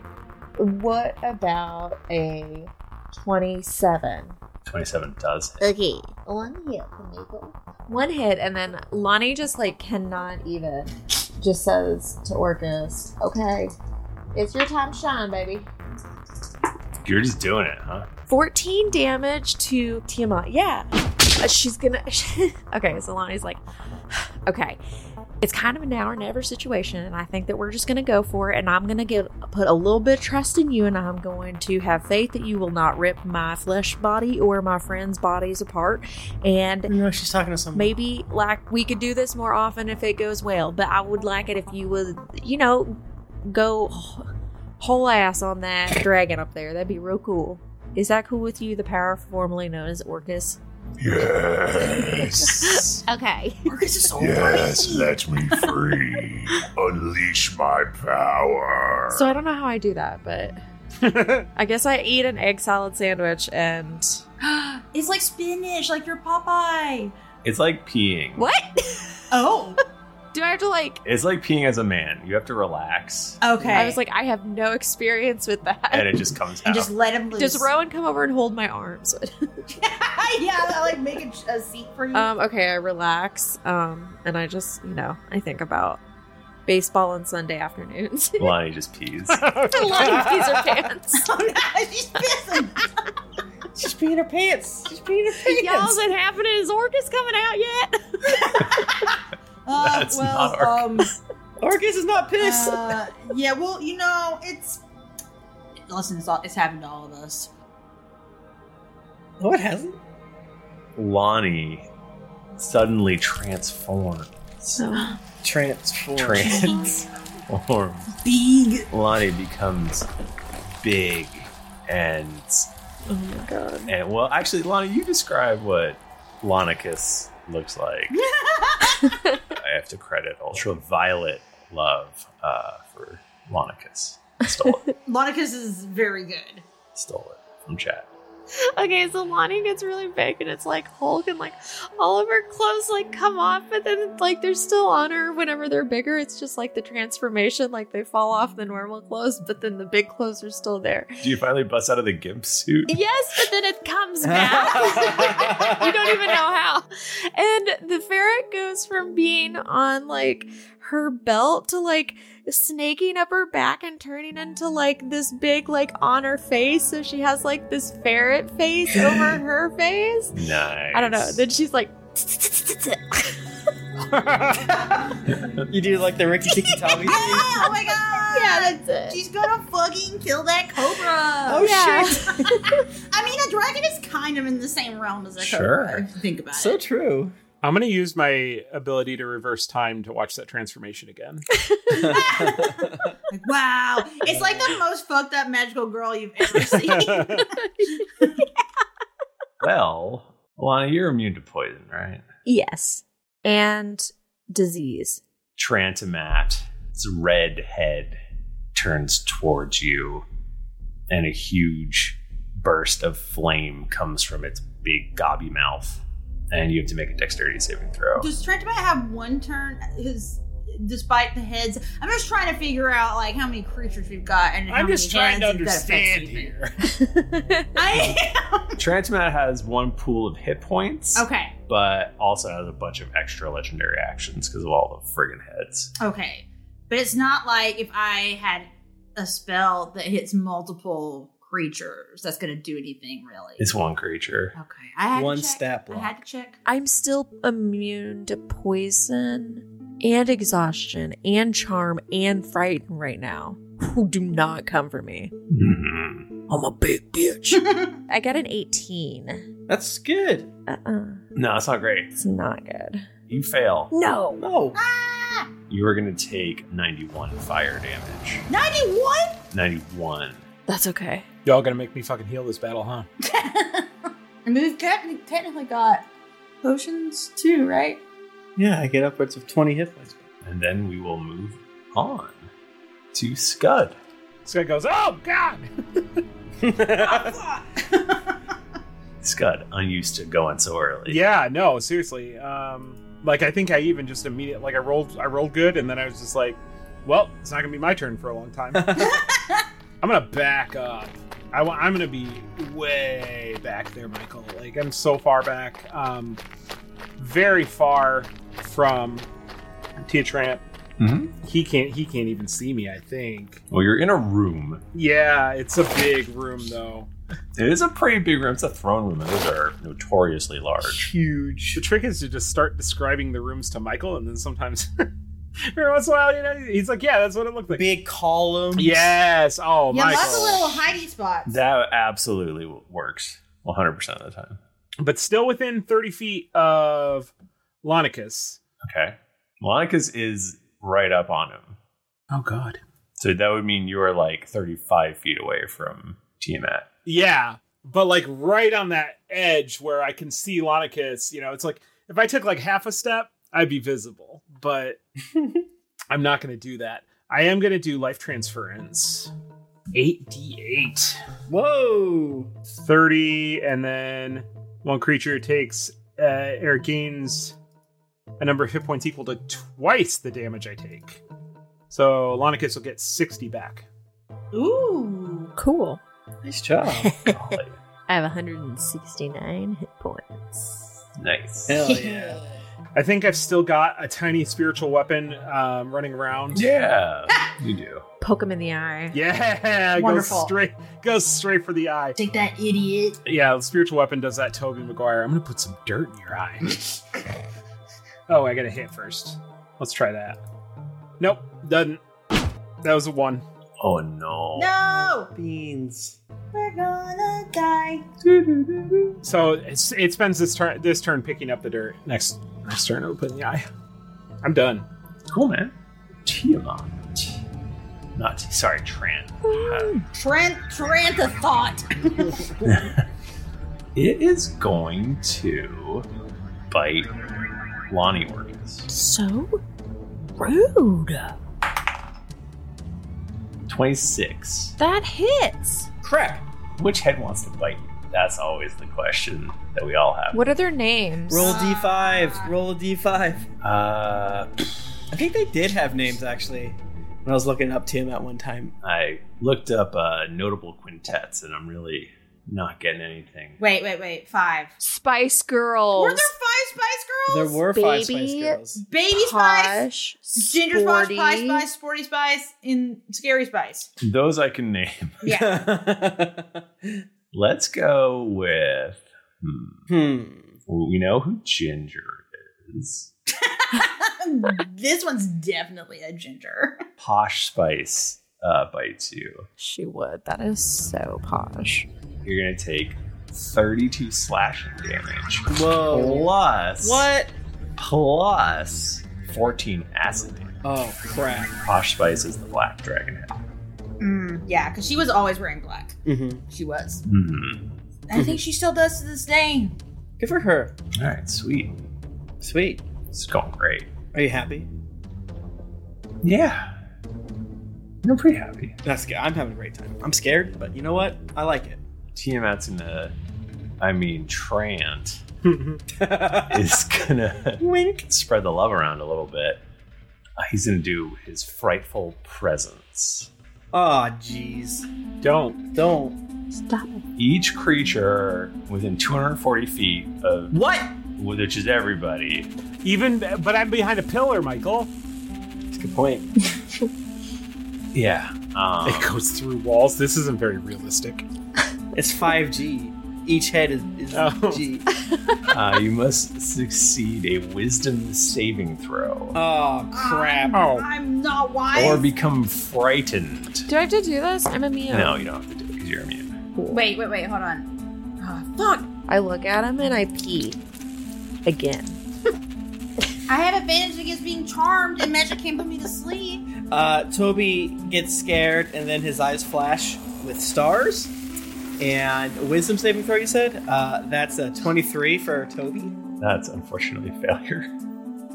[SPEAKER 3] What about a twenty-seven?
[SPEAKER 1] 27 does hit.
[SPEAKER 3] Okay, one hit, Michael. One hit, and then Lonnie just like cannot even. Just says to Orcus, "Okay, it's your time to shine, baby."
[SPEAKER 1] You're just doing it, huh?
[SPEAKER 3] Fourteen damage to Tiamat. Yeah, Uh, she's gonna. okay, so Lonnie's like, "Okay, it's kind of a now or never situation, and I think that we're just gonna go for it. And I'm gonna get put a little bit of trust in you, and I'm going to have faith that you will not rip my flesh body or my friends' bodies apart. And
[SPEAKER 5] no, she's talking to someone.
[SPEAKER 3] Maybe like we could do this more often if it goes well, but I would like it if you would, you know, go wh- whole ass on that dragon up there. That'd be real cool. Is that cool with you? The power formerly known as Orcus.
[SPEAKER 6] Yes.
[SPEAKER 2] Okay.
[SPEAKER 3] Orcus is so
[SPEAKER 6] Yes, let me free. Unleash my power.
[SPEAKER 3] So I don't know how I do that, but I guess I eat an egg salad sandwich and
[SPEAKER 2] it's like spinach, like your Popeye.
[SPEAKER 1] It's like peeing.
[SPEAKER 3] What?
[SPEAKER 2] Oh.
[SPEAKER 3] Do I have to like?
[SPEAKER 1] It's like peeing as a man. You have to relax.
[SPEAKER 3] I was like, I have no experience with that.
[SPEAKER 1] And it just comes out.
[SPEAKER 2] let him loose.
[SPEAKER 3] Does Rowan come over and hold my arms?
[SPEAKER 2] yeah, I like make a, a seat for you.
[SPEAKER 3] Um, okay, I relax. Um, and I just, you know, I think about baseball on Sunday afternoons.
[SPEAKER 1] Lonnie just pees.
[SPEAKER 3] A lot of peas are pants.
[SPEAKER 2] Oh,
[SPEAKER 5] She's peeing her pants. She's peeing her pants.
[SPEAKER 3] Y'all, is it happening? Is Orcus coming out yet?
[SPEAKER 2] Uh,
[SPEAKER 5] That's
[SPEAKER 2] well,
[SPEAKER 5] not
[SPEAKER 2] um,
[SPEAKER 5] Orcus is not pissed.
[SPEAKER 2] Uh, yeah, well, you know, it's listen, it's, all, it's happened to all of us.
[SPEAKER 5] No, it hasn't.
[SPEAKER 1] Lonnie suddenly transforms.
[SPEAKER 3] So
[SPEAKER 5] Transform.
[SPEAKER 1] Transforms.
[SPEAKER 2] Big.
[SPEAKER 1] Lonnie becomes big and
[SPEAKER 3] Oh my god.
[SPEAKER 1] and well actually Lonnie you describe what Lonicus looks like. I have to credit Ultraviolet Love uh, for Lonicus.
[SPEAKER 2] Monicus is very good.
[SPEAKER 1] Stole it from chat.
[SPEAKER 3] okay, so Lonnie gets really big and it's like Hulk and like all of her clothes like come off, but then like they're still on her whenever they're bigger. It's just like the transformation, like they fall off the normal clothes, but then the big clothes are still there.
[SPEAKER 1] Do you finally bust out of the gimp suit?
[SPEAKER 3] Yes, but then it comes back. you don't even know how. And the ferret goes from being on like her belt to like snaking up her back and turning into like this big like on her face. So she has like this ferret face over her face.
[SPEAKER 1] Nice.
[SPEAKER 3] I don't know. Then she's like,
[SPEAKER 5] You do like the Ricky Tikki Tommy.
[SPEAKER 2] Oh my god!
[SPEAKER 3] Yeah, that's it.
[SPEAKER 2] She's gonna fucking kill that cobra.
[SPEAKER 5] Oh, Yeah.
[SPEAKER 2] shit! I mean, a dragon is kind of in the same realm as a cobra. Think about
[SPEAKER 5] so true.
[SPEAKER 4] I'm gonna use my ability to reverse time to watch that transformation again.
[SPEAKER 2] Like, wow, it's like the most fucked up magical girl you've ever seen.
[SPEAKER 1] Well, Lonnie, you're immune to poison, right?
[SPEAKER 3] yes. And disease.
[SPEAKER 1] Trantomat, its red head turns towards you, and a huge burst of flame comes from its big gobby mouth. And you have to make a dexterity saving throw.
[SPEAKER 2] Does Trentman have one turn? His despite the heads, I'm just trying to figure out like how many creatures we've got and how
[SPEAKER 4] I'm just
[SPEAKER 2] many
[SPEAKER 4] trying to
[SPEAKER 2] hands that affects
[SPEAKER 4] understand
[SPEAKER 2] you.
[SPEAKER 4] here.
[SPEAKER 1] Trantomat has one pool of hit points,
[SPEAKER 2] Okay,
[SPEAKER 1] but also has a bunch of extra legendary actions because of all the friggin' heads.
[SPEAKER 2] okay, but it's not like if I had a spell that hits multiple creatures, that's gonna do anything really.
[SPEAKER 1] It's one creature.
[SPEAKER 2] Okay, I had to
[SPEAKER 1] One
[SPEAKER 2] check.
[SPEAKER 1] stat
[SPEAKER 2] I had to check.
[SPEAKER 3] I'm still immune to poison and exhaustion and charm and frighten right now. Who do not come for me.
[SPEAKER 1] Mhm. I'm a big bitch.
[SPEAKER 3] I got an 18.
[SPEAKER 5] That's good.
[SPEAKER 3] Uh-uh.
[SPEAKER 1] No, it's not great.
[SPEAKER 3] It's not good.
[SPEAKER 1] You fail.
[SPEAKER 3] No.
[SPEAKER 5] No.
[SPEAKER 2] Ah,
[SPEAKER 1] You are going to take 91 fire damage.
[SPEAKER 2] 91?
[SPEAKER 1] 91.
[SPEAKER 3] That's okay.
[SPEAKER 4] Y'all gonna make me fucking heal this battle, huh?
[SPEAKER 2] And we've technically, technically got potions too, right?
[SPEAKER 5] Yeah, I get upwards of 20 hit points.
[SPEAKER 1] And then we will move on to Scud.
[SPEAKER 4] Scud goes, oh god!
[SPEAKER 1] Scud, unused to going so early.
[SPEAKER 4] Yeah, no, seriously. Um, like I think I even just immediately like I rolled I rolled good and then I was just like, well, it's not gonna be my turn for a long time. I'm gonna back up. I, wa- I'm gonna be way back there, Michael. Like I'm so far back, um, very far from Tia Tramp.
[SPEAKER 5] Mm-hmm.
[SPEAKER 1] Mhm.
[SPEAKER 4] He can't he can't even see me. I think.
[SPEAKER 1] Well, you're in a room.
[SPEAKER 4] Yeah, it's a big room though.
[SPEAKER 1] It is a pretty big room. It's a throne room, and those are notoriously large.
[SPEAKER 5] Huge.
[SPEAKER 4] The trick is to just start describing the rooms to Michael, and then sometimes every once in a while, you know, he's like, "Yeah, that's what it looked like."
[SPEAKER 5] Big columns.
[SPEAKER 4] Yes. Oh,
[SPEAKER 2] yeah,
[SPEAKER 4] Michael.
[SPEAKER 2] lots of little hidey spots.
[SPEAKER 1] That absolutely works 100% of the time.
[SPEAKER 4] but still within 30 feet of Lonicus.
[SPEAKER 1] Okay. Monica's is right up on him.
[SPEAKER 4] Oh, God.
[SPEAKER 1] So that would mean you are like 35 feet away from Tiamat.
[SPEAKER 4] Yeah, but like right on that edge where I can see Lonicus, you know, it's like if I took like half a step, I'd be visible, but I'm not going to do that. I am going to do life transference. 8d8.
[SPEAKER 5] Whoa.
[SPEAKER 4] 30, and then one creature takes uh, or gains a number of hit points equal to twice the damage I take. So Lonicus will get 60 back.
[SPEAKER 2] Ooh.
[SPEAKER 3] Cool.
[SPEAKER 5] Nice job.
[SPEAKER 1] Oh,
[SPEAKER 3] I have 169 hit points.
[SPEAKER 1] Nice.
[SPEAKER 5] Hell yeah.
[SPEAKER 4] I think I've still got a tiny spiritual weapon um, running around.
[SPEAKER 1] Yeah, you do.
[SPEAKER 3] Poke him in the eye.
[SPEAKER 4] Yeah,
[SPEAKER 2] Wonderful.
[SPEAKER 4] goes straight goes straight for the eye.
[SPEAKER 2] Take that, idiot.
[SPEAKER 4] Yeah, the spiritual weapon does that, Toby Maguire. I'm gonna put some dirt in your eye. oh, I got a hit first. Let's try that. Nope, doesn't. That was a one.
[SPEAKER 1] Oh no.
[SPEAKER 2] No!
[SPEAKER 5] Beans.
[SPEAKER 2] We're gonna die.
[SPEAKER 4] So it's, it spends this turn this turn picking up the dirt. Next next turn, Oh, it'll put in the eye. I'm done.
[SPEAKER 1] Cool, man. Tiamat. Not, sorry, Tran. Uh,
[SPEAKER 2] Trent, Trent a thought.
[SPEAKER 1] it is going to bite Lonnie Orcus.
[SPEAKER 3] So rude.
[SPEAKER 1] 26.
[SPEAKER 3] That hits.
[SPEAKER 5] Crap.
[SPEAKER 1] Which head wants to bite you? That's always the question that we all have.
[SPEAKER 3] What are their names?
[SPEAKER 5] Roll
[SPEAKER 2] Uh,
[SPEAKER 5] d5. Roll a d5.
[SPEAKER 1] Uh,
[SPEAKER 5] I think they did have names actually. When I was looking up Tim at one time.
[SPEAKER 1] I looked up uh, notable quintets, and I'm really not getting anything.
[SPEAKER 2] Wait, wait, wait. Five.
[SPEAKER 3] Spice Girls.
[SPEAKER 2] Were there five Spice
[SPEAKER 5] There
[SPEAKER 2] Girls?
[SPEAKER 5] were five Spice
[SPEAKER 3] Baby-
[SPEAKER 5] Girls.
[SPEAKER 2] Baby Spice,
[SPEAKER 3] Posh,
[SPEAKER 2] Ginger Spice,
[SPEAKER 3] sporty.
[SPEAKER 2] Pie Spice, Sporty Spice, and Scary Spice.
[SPEAKER 1] Those I can name.
[SPEAKER 2] Yeah.
[SPEAKER 1] Let's go with. Hmm,
[SPEAKER 5] hmm.
[SPEAKER 1] well, we know who Ginger is.
[SPEAKER 2] this one's definitely a ginger.
[SPEAKER 1] Posh Spice uh, bites you.
[SPEAKER 3] She would. That is so posh.
[SPEAKER 1] You're going to take 32 slashing damage.
[SPEAKER 5] Whoa.
[SPEAKER 1] Plus.
[SPEAKER 5] What?
[SPEAKER 1] Plus 14 acid damage.
[SPEAKER 5] Oh crap.
[SPEAKER 1] Posh Spice is the black dragon head.
[SPEAKER 2] Mm, yeah, because she was always wearing black.
[SPEAKER 5] Mm-hmm.
[SPEAKER 2] She was.
[SPEAKER 1] Hmm.
[SPEAKER 2] I think she still does to this day.
[SPEAKER 5] Good for her.
[SPEAKER 1] All right, sweet.
[SPEAKER 5] Sweet.
[SPEAKER 1] It's going great.
[SPEAKER 5] Are you happy?
[SPEAKER 1] Yeah. I'm pretty happy.
[SPEAKER 5] That's good. I'm having a great time. I'm scared, but you know what? I like it.
[SPEAKER 1] Tiamat's in the. I mean, Trant is gonna
[SPEAKER 5] Wink.
[SPEAKER 1] spread the love around a little bit. Uh, He's gonna do his frightful presence.
[SPEAKER 5] Oh jeez.
[SPEAKER 4] Don't.
[SPEAKER 5] Don't.
[SPEAKER 3] Stop it.
[SPEAKER 1] Each creature within 240 feet of
[SPEAKER 5] What?
[SPEAKER 1] which is everybody.
[SPEAKER 4] Even but I'm behind a pillar, Michael.
[SPEAKER 5] That's a good point.
[SPEAKER 1] Yeah. Um,
[SPEAKER 4] It goes through walls. This isn't very realistic.
[SPEAKER 5] It's 5G. Each head is, is
[SPEAKER 4] Oh.
[SPEAKER 5] G.
[SPEAKER 1] uh, you must succeed a wisdom saving throw
[SPEAKER 5] Oh crap.
[SPEAKER 4] Oh.
[SPEAKER 2] I'm not wise.
[SPEAKER 1] or become frightened.
[SPEAKER 3] Do I have to do this? I'm immune.
[SPEAKER 1] No, you don't have to do it because you're immune.
[SPEAKER 3] cool.
[SPEAKER 2] Wait, wait, wait, hold on. Oh, fuck.
[SPEAKER 3] I look at him and I pee again.
[SPEAKER 2] I have advantage against being charmed, and magic can't put me to sleep.
[SPEAKER 5] Uh, Toby gets scared, and then his eyes flash with stars. And a wisdom saving throw, you said? Uh, that's a 23 for Toby.
[SPEAKER 1] That's unfortunately a failure.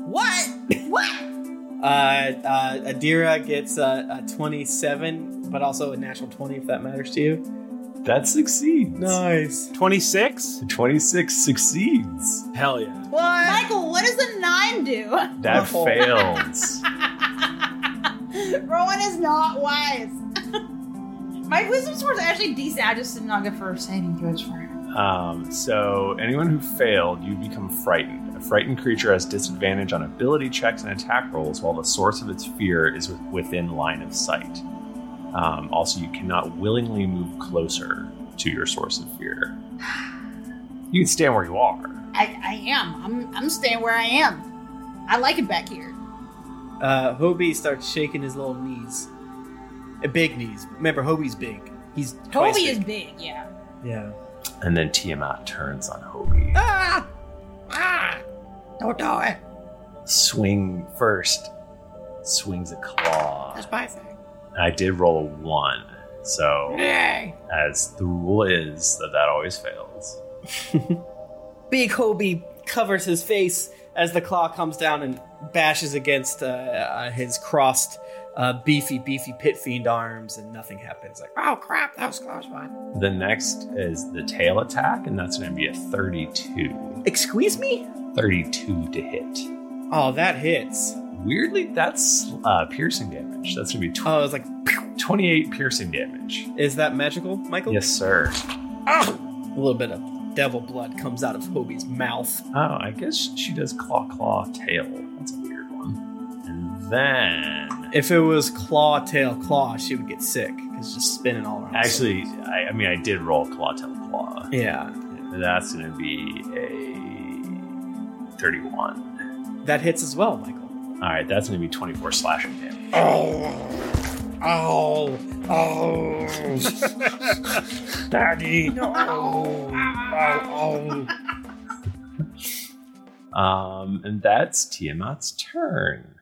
[SPEAKER 2] What? What?
[SPEAKER 5] Uh, uh, Adira gets a, a 27, but also a natural 20 if that matters to you.
[SPEAKER 1] That succeeds.
[SPEAKER 5] Nice.
[SPEAKER 4] 26?
[SPEAKER 1] 26 succeeds. Hell yeah.
[SPEAKER 2] What? Michael, what does a nine do?
[SPEAKER 1] That fails.
[SPEAKER 2] Rowan is not wise. My wisdom score is actually decent. I just did not get first saving throws for it.
[SPEAKER 1] Um, so, anyone who failed, you become frightened. A frightened creature has disadvantage on ability checks and attack rolls while the source of its fear is with- within line of sight. Um, also, you cannot willingly move closer to your source of fear. You can stand where you are.
[SPEAKER 2] I, I am. I'm, I'm staying where I am. I like it back here.
[SPEAKER 5] Uh, Hobie starts shaking his little knees. Uh, big knees. Remember, Hobie's big. He's twice
[SPEAKER 2] Toby
[SPEAKER 5] big.
[SPEAKER 2] is big, yeah.
[SPEAKER 5] Yeah.
[SPEAKER 1] And then Tiamat turns on Hobie.
[SPEAKER 2] Ah! Ah! Don't do it.
[SPEAKER 1] Swing first. Swings a claw.
[SPEAKER 2] That's my thing.
[SPEAKER 1] I did roll a one, so
[SPEAKER 2] Yay.
[SPEAKER 1] as the rule is that that always fails.
[SPEAKER 5] Big Hobie covers his face as the claw comes down and bashes against uh, uh, his crossed, uh, beefy, beefy pit fiend arms, and nothing happens. Like,
[SPEAKER 2] Oh, crap. That was close one.
[SPEAKER 1] The next is the tail attack, and that's going to be a 32.
[SPEAKER 5] Excuse me?
[SPEAKER 1] 32 to hit.
[SPEAKER 5] Oh, that hits.
[SPEAKER 1] Weirdly, that's uh, piercing damage. That's going to be tw-
[SPEAKER 5] oh, it's like
[SPEAKER 1] 28 piercing damage.
[SPEAKER 5] Is that magical, Michael? Ah!
[SPEAKER 1] Yes, sir.
[SPEAKER 5] A little bit of devil blood comes out of Hobie's mouth.
[SPEAKER 1] Oh, I guess she does claw, claw, tail. That's a weird one. And then.
[SPEAKER 5] If it was claw, tail, claw, she would get sick. It's just spinning all around.
[SPEAKER 1] Actually, I, I mean, I did roll claw, tail, claw.
[SPEAKER 5] Yeah.
[SPEAKER 1] That's going to be a 31.
[SPEAKER 5] That hits as well, Michael.
[SPEAKER 1] All right, that's going to be 24 slashing damage.
[SPEAKER 5] Oh, oh,
[SPEAKER 7] Daddy. No. Oh,
[SPEAKER 1] Um, and that's Tiamat's turn. Uh,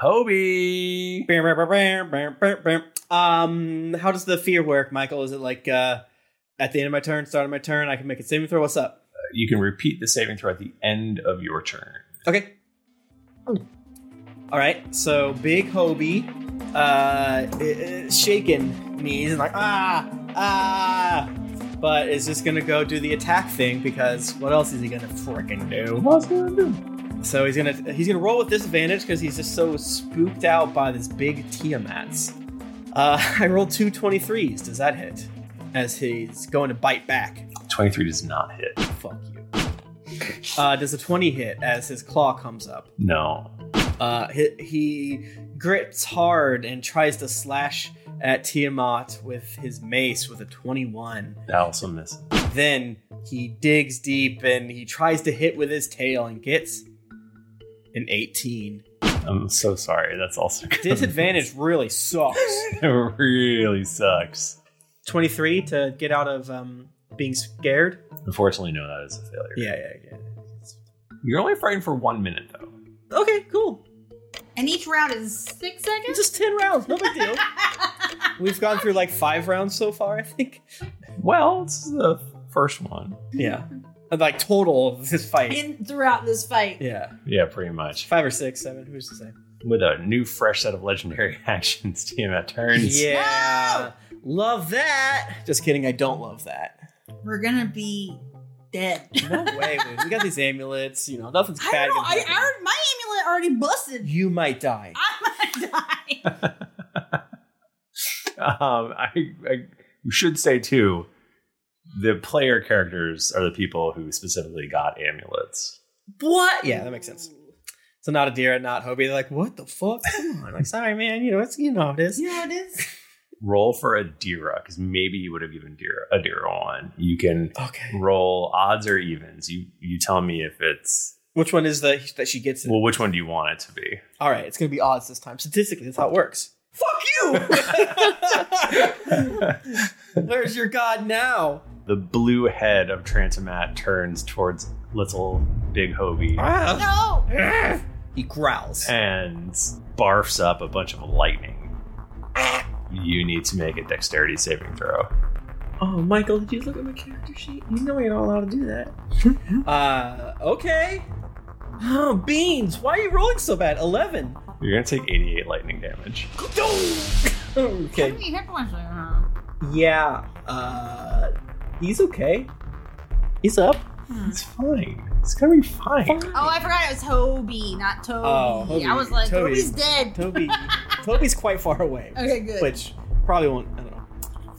[SPEAKER 1] Hobie.
[SPEAKER 5] Bam, bam, bam, bam, bam, bam, bam. Um, how does the fear work, Michael? Is it like uh, at the end of my turn, start of my turn, I can make a saving throw? What's up?
[SPEAKER 1] You can repeat the saving throw at the end of your turn.
[SPEAKER 5] Okay. All right. So big Hobie, uh, i- i- shaking knees and like ah ah, but is just gonna go do the attack thing because what else is he gonna frickin' do? What's gonna do? So he's gonna he's gonna roll with disadvantage because he's just so spooked out by this big Tiamat's. Uh, I rolled two 23s. Does that hit? As he's going to bite back.
[SPEAKER 1] 23 does not hit.
[SPEAKER 5] Fuck you. Uh, does a 20 hit as his claw comes up?
[SPEAKER 1] No.
[SPEAKER 5] Uh, he, he grips hard and tries to slash at Tiamat with his mace with a 21.
[SPEAKER 1] That also misses.
[SPEAKER 5] Then he digs deep and he tries to hit with his tail and gets an 18.
[SPEAKER 1] I'm so sorry. That's also gonna
[SPEAKER 5] Disadvantage really sucks.
[SPEAKER 1] miss. it really sucks.
[SPEAKER 5] 23 to get out of um, being scared.
[SPEAKER 1] Unfortunately, no, that is a failure.
[SPEAKER 5] Yeah, yeah, yeah.
[SPEAKER 1] You're only frightened for one minute, though.
[SPEAKER 5] Okay, cool.
[SPEAKER 2] And each round is six seconds?
[SPEAKER 5] Just ten rounds, no big deal. We've gone through like five rounds so far, I think.
[SPEAKER 1] Well, it's the first one.
[SPEAKER 5] Yeah. Like total of this fight.
[SPEAKER 2] In throughout this fight.
[SPEAKER 5] Yeah.
[SPEAKER 1] Yeah, pretty much.
[SPEAKER 5] Five or six, seven, who's to say?
[SPEAKER 1] With a new, fresh set of legendary actions, Tiamat turns.
[SPEAKER 5] Yeah. Love that. Just kidding, I don't love that.
[SPEAKER 2] We're gonna be dead.
[SPEAKER 5] No way, dude. We got these amulets, you know, nothing's
[SPEAKER 2] I
[SPEAKER 5] bad.
[SPEAKER 2] don't know.
[SPEAKER 5] gonna
[SPEAKER 2] I,
[SPEAKER 5] happen.
[SPEAKER 2] I already- my amulet already busted.
[SPEAKER 5] you might die.
[SPEAKER 1] Um, I, I should say too, the player characters are the people who specifically got amulets.
[SPEAKER 5] What? Yeah, that makes sense. So not a deer, not Hobie. They're like, what the fuck? Come on. Like, sorry, man. You know, it's you know how it is.
[SPEAKER 2] You know it is.
[SPEAKER 1] Roll for a Dira, because maybe you would have given Dira a Dira one. You can roll odds or evens. You you tell me if it's
[SPEAKER 5] Which one is the that she gets it?
[SPEAKER 1] well, which one do you want it to be?
[SPEAKER 5] All right, it's gonna be odds this time. Statistically, that's how it works. Fuck you! Where's your god now?
[SPEAKER 1] The blue head of Transomat turns towards little big Hobie.
[SPEAKER 2] No.
[SPEAKER 5] Ah. He growls.
[SPEAKER 1] and barfs up a bunch of lightning. You need to make a dexterity saving throw.
[SPEAKER 5] Oh, Michael, did you look at my character sheet? You know you're not allowed to do that. uh, okay. Oh, beans, why are you rolling so bad? Eleven.
[SPEAKER 1] You're gonna take 88 lightning damage.
[SPEAKER 5] okay.
[SPEAKER 2] How many hit points do I have?
[SPEAKER 5] Yeah. Uh, he's okay. He's up.
[SPEAKER 1] It's fine. It's gonna be fine.
[SPEAKER 2] Oh, I forgot it was Hobie, not Toby.
[SPEAKER 5] Oh, Hobie.
[SPEAKER 2] I was like,
[SPEAKER 5] Toby.
[SPEAKER 2] Toby's dead.
[SPEAKER 5] Toby. Toby's quite far away.
[SPEAKER 2] Okay, good.
[SPEAKER 5] Which probably won't. I don't know.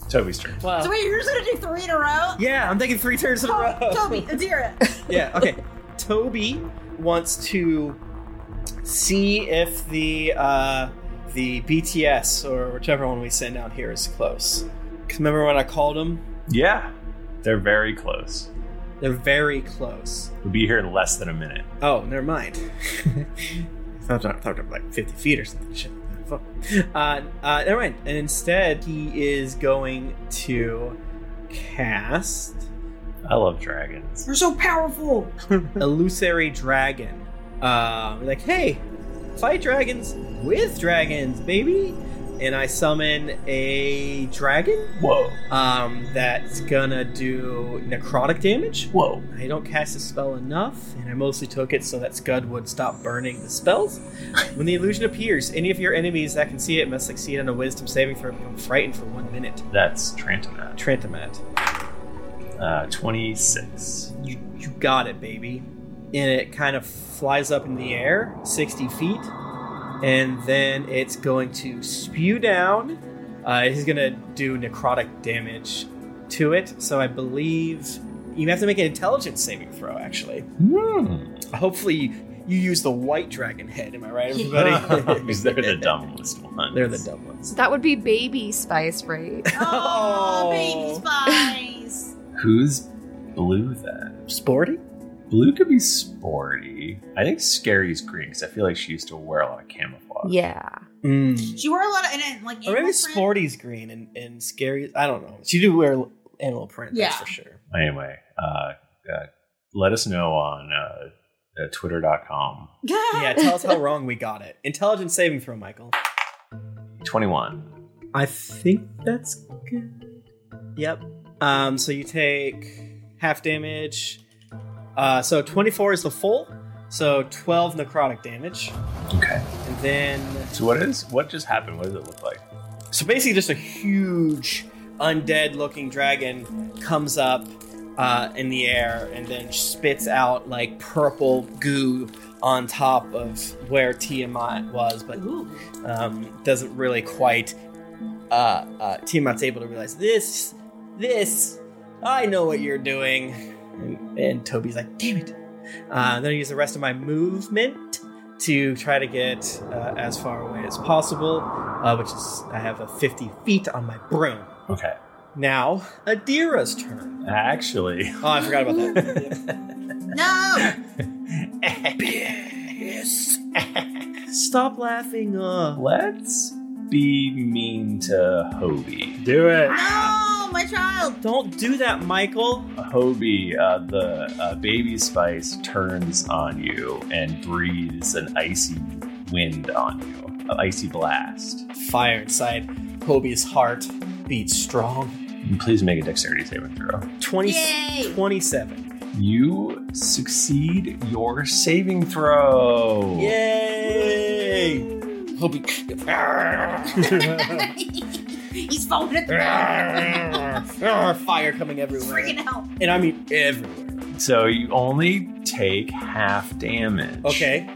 [SPEAKER 1] Toby's turn.
[SPEAKER 5] Wow.
[SPEAKER 2] So wait, you're just gonna do three in a row?
[SPEAKER 5] yeah, I'm taking three turns in a row.
[SPEAKER 2] Toby, Adira.
[SPEAKER 5] yeah, okay. Toby wants to see if the uh, the BTS or whichever one we send out here is close. 'Cause remember when I called them?
[SPEAKER 1] Yeah, they're very close.
[SPEAKER 5] They're very close.
[SPEAKER 1] We'll be here in less than a minute.
[SPEAKER 5] Oh, never mind. I thought I was like 50 feet or something. Shit. Fuck. Uh, uh, never mind. And instead, he is going to cast
[SPEAKER 1] I love dragons.
[SPEAKER 2] We're so powerful.
[SPEAKER 5] Illusory Dragon. Uh, like, hey, fight dragons with dragons, baby. And I summon a dragon.
[SPEAKER 1] Whoa.
[SPEAKER 5] Um, that's gonna do necrotic damage.
[SPEAKER 1] Whoa.
[SPEAKER 5] I don't cast a spell enough, and I mostly took it so that Scud would stop burning the spells. when the illusion appears, any of your enemies that can see it must succeed on a wisdom saving throw and become frightened for one minute.
[SPEAKER 1] That's Trantomat.
[SPEAKER 5] Trantomat.
[SPEAKER 1] Uh, 26.
[SPEAKER 5] You, you got it, baby. And it kind of flies up in the air, 60 feet. And then it's going to spew down. Uh, it's going to do necrotic damage to it. So I believe you have to make an intelligence saving throw, actually. Hmm. Hopefully, you, you use the white dragon head. Am I right, everybody?
[SPEAKER 1] Because they're the dumbest ones.
[SPEAKER 5] They're the dumb ones.
[SPEAKER 3] So that would be baby spice, right?
[SPEAKER 2] Oh, baby spies.
[SPEAKER 1] Who's blue then?
[SPEAKER 5] Sporty?
[SPEAKER 1] Blue could be sporty. I think scary's green because I feel like she used to wear a lot of camouflage.
[SPEAKER 3] Yeah.
[SPEAKER 5] Hmm.
[SPEAKER 2] She wore a lot of and, and like
[SPEAKER 5] Or maybe Sporty's green and, and scary. I don't know. She do wear animal print,
[SPEAKER 2] Yeah.
[SPEAKER 5] that's for sure.
[SPEAKER 1] Anyway, uh, uh, let us know on uh, uh, twitter.com.
[SPEAKER 5] yeah, tell us how wrong we got it. Intelligence saving throw, Michael.
[SPEAKER 1] 21.
[SPEAKER 5] I think that's good. Yep. Um, so you take half damage. Uh, so 24 is the full. So 12 necrotic damage.
[SPEAKER 1] Okay.
[SPEAKER 5] And then.
[SPEAKER 1] So what is what just happened? What does it look like?
[SPEAKER 5] So basically, just a huge undead looking dragon comes up uh, in the air and then spits out like purple goo on top of where Tiamat was, but um, doesn't really quite. Uh, uh, Tiamat's able to realize this, this, I know what you're doing. And, and Toby's like, damn it. Uh, I'm going to use the rest of my movement to try to get uh, as far away as possible, uh, which is I have a 50 feet on my broom.
[SPEAKER 1] Okay.
[SPEAKER 5] Now, Adira's turn.
[SPEAKER 1] Actually,
[SPEAKER 5] Oh, I forgot about that.
[SPEAKER 2] No.
[SPEAKER 5] yes. Stop laughing. Uh.
[SPEAKER 1] Let's be mean to Hobie.
[SPEAKER 4] Do it.
[SPEAKER 2] No, my child.
[SPEAKER 5] Don't do that, Michael.
[SPEAKER 1] Hobie, uh, the uh, baby spice turns on you and breathes an icy wind on you, an icy blast.
[SPEAKER 5] Fire inside Hobie's heart beats strong.
[SPEAKER 1] Please make a dexterity saving throw.
[SPEAKER 5] 20, 27.
[SPEAKER 1] You succeed your saving throw.
[SPEAKER 5] Yay! Hobie.
[SPEAKER 2] He's falling at the ground.
[SPEAKER 5] Fire coming everywhere.
[SPEAKER 2] Freaking out.
[SPEAKER 5] And I mean everywhere.
[SPEAKER 1] So you only take half damage.
[SPEAKER 5] Okay.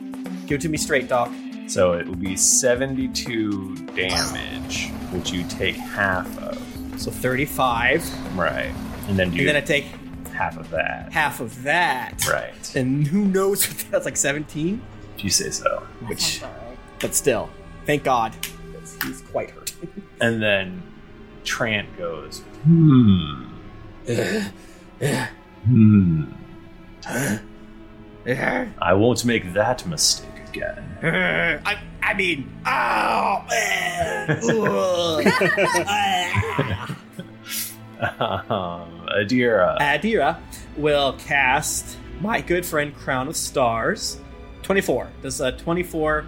[SPEAKER 5] Give it to me straight, Doc.
[SPEAKER 1] So it will be 72 damage, which you take half of.
[SPEAKER 5] So 35.
[SPEAKER 1] Right. And then do
[SPEAKER 5] And then I take
[SPEAKER 1] half of that.
[SPEAKER 5] half of that.
[SPEAKER 1] Right.
[SPEAKER 5] And who knows what that's like 17?
[SPEAKER 1] If you say so.
[SPEAKER 5] Which, but still, thank God. 'cause He's quite hurt.
[SPEAKER 1] And then Trant goes,
[SPEAKER 6] Hmm.
[SPEAKER 1] hmm. I won't make that mistake again.
[SPEAKER 5] I, I mean, oh, ow!
[SPEAKER 1] um, Adira.
[SPEAKER 5] Uh, Adira will cast my good friend Crown of Stars. 24. Does a 24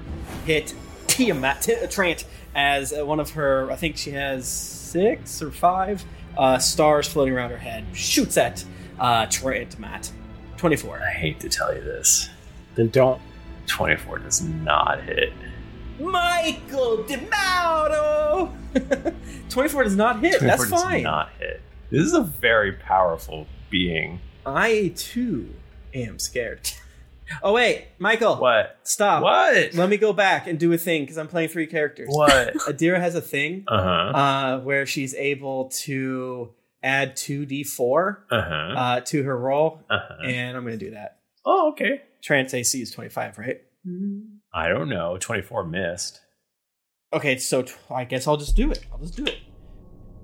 [SPEAKER 5] hit Tiamat, T- uh, Trant, as uh, one of her, I think she has six or five uh, stars floating around her head, shoots at uh, Trant Mat. 24. I
[SPEAKER 1] hate to tell you this.
[SPEAKER 4] Then don't.
[SPEAKER 1] 24 does not hit.
[SPEAKER 5] Michael DiMauro! 24 does not hit.
[SPEAKER 1] 24
[SPEAKER 5] That's
[SPEAKER 1] does
[SPEAKER 5] fine.
[SPEAKER 1] not hit. This is a very powerful being.
[SPEAKER 5] I too am scared. Oh wait, Michael.
[SPEAKER 1] What?
[SPEAKER 5] Stop.
[SPEAKER 1] What?
[SPEAKER 5] Let me go back and do a thing because I'm playing three characters.
[SPEAKER 1] What?
[SPEAKER 5] Adira has a thing
[SPEAKER 1] Uh-huh.
[SPEAKER 5] uh, where she's able to add two d four
[SPEAKER 1] Uh-huh.
[SPEAKER 5] uh, to her roll,
[SPEAKER 1] Uh-huh.
[SPEAKER 5] and I'm going to do that.
[SPEAKER 1] Oh, okay.
[SPEAKER 5] Trans AC is 25, right?
[SPEAKER 1] I don't know. 24 missed.
[SPEAKER 5] Okay, so tw- I guess I'll just do it. I'll just do it.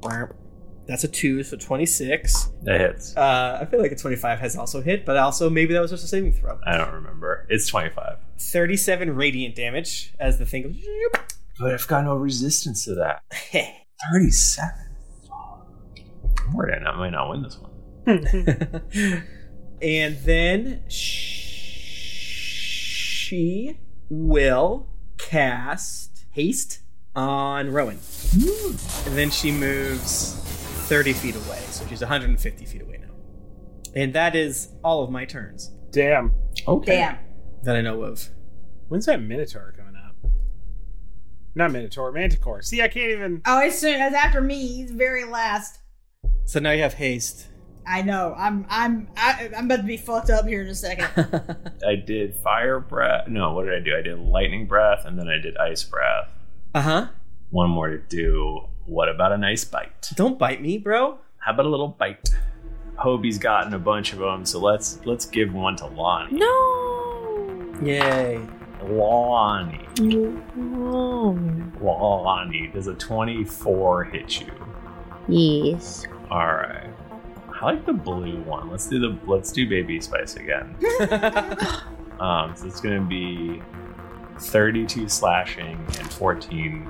[SPEAKER 5] Brr. That's a two, so 26.
[SPEAKER 1] That hits.
[SPEAKER 5] Uh, I feel like a 25 has also hit, but also maybe that was just a saving throw.
[SPEAKER 1] I don't remember. It's 25.
[SPEAKER 5] 37 radiant damage as the thing goes.
[SPEAKER 1] But I've got no resistance to that. 37. I'm worried I not- might not win this one.
[SPEAKER 2] Hmm.
[SPEAKER 5] and then sh- she will cast haste on Rowan. And then she moves 30 feet away, so she's 150 feet away now. And that is all of my turns
[SPEAKER 4] Damn.
[SPEAKER 1] Okay.
[SPEAKER 2] Damn.
[SPEAKER 5] that I know of.
[SPEAKER 4] When's that Minotaur coming up? Not Minotaur, Manticore. See, I can't even.
[SPEAKER 2] Oh, as soon as after me, he's very last.
[SPEAKER 5] So now you have haste.
[SPEAKER 2] I know. I'm I'm I, I'm about to be fucked up here in a second.
[SPEAKER 1] I did fire breath. No, what did I do? I did lightning breath and then I did ice breath.
[SPEAKER 5] Uh huh.
[SPEAKER 1] One more to do. What about a nice bite?
[SPEAKER 5] Don't bite me, bro.
[SPEAKER 1] How about a little bite? Hobie's gotten a bunch of them, so let's let's give one to Lonnie.
[SPEAKER 5] Yay.
[SPEAKER 1] Lonnie. Lonnie, does a 24 hit you?
[SPEAKER 7] Yes.
[SPEAKER 1] All right. I like the blue one. Let's do the let's do baby spice again. um, so it's gonna be thirty-two slashing and fourteen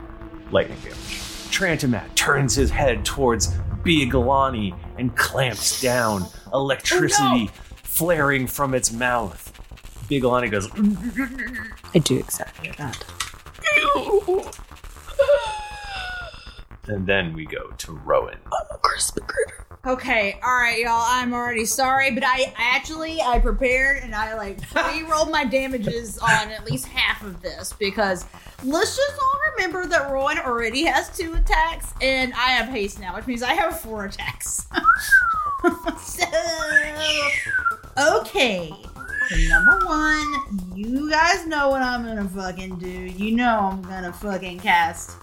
[SPEAKER 1] lightning damage. Trantomat turns his head towards Biagalani and clamps down, electricity flaring from its mouth. Biagalani goes,
[SPEAKER 3] I do exactly that.
[SPEAKER 1] and then we go to Rowan.
[SPEAKER 3] Oh,
[SPEAKER 2] Okay, all right, y'all. I'm already sorry, but I actually I prepared and I like re-rolled my damages on at least half of this because let's just all remember that Rowan already has two attacks and I have haste now, which means I have four attacks. so, okay. So number one, you guys know what I'm gonna fucking do. You know I'm gonna fucking cast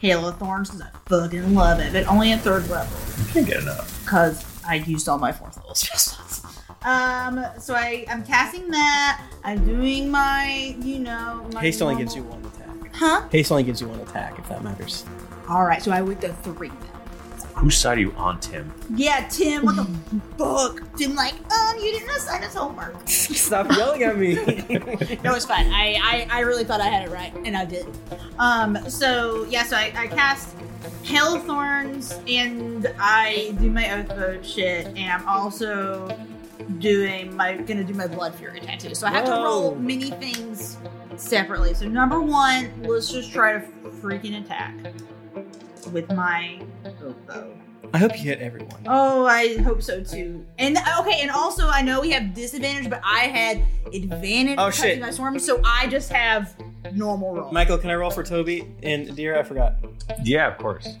[SPEAKER 2] Halo of Thorns because I fucking love it, but only at third level.
[SPEAKER 1] Can't get enough.
[SPEAKER 2] Because I used all my fourth level spell slots. Um, so I, I'm casting that. I'm doing my, you know, my
[SPEAKER 5] Haste only
[SPEAKER 2] normal-
[SPEAKER 5] gives you one attack.
[SPEAKER 2] Huh?
[SPEAKER 5] Haste only gives you one attack, if that matters.
[SPEAKER 2] All right, so I went to three.
[SPEAKER 1] Whose side are you on, Tim?
[SPEAKER 2] Yeah, Tim, what the fuck? Tim, like, um, you didn't assign us homework.
[SPEAKER 5] Stop yelling at me.
[SPEAKER 2] no, it's fine. I, I, I really thought I had it right, and I did. Um, so yeah, so I, I cast Hail of Thorns, and I do my Oath Vote shit, and I'm also doing my gonna do my Blood Fury tattoo. So I have to
[SPEAKER 7] Whoa.
[SPEAKER 2] roll many things separately. So number one, let's just try to freaking attack with my Oath Vote.
[SPEAKER 5] I hope you hit everyone.
[SPEAKER 2] Oh, I hope so too. And okay, and also I know we have disadvantage, but I had advantage
[SPEAKER 5] Oh,
[SPEAKER 2] because
[SPEAKER 5] shit.
[SPEAKER 2] of my swarm, so I just have normal roll.
[SPEAKER 5] Michael, can I roll for Toby and Adira? I forgot.
[SPEAKER 1] Yeah, of course.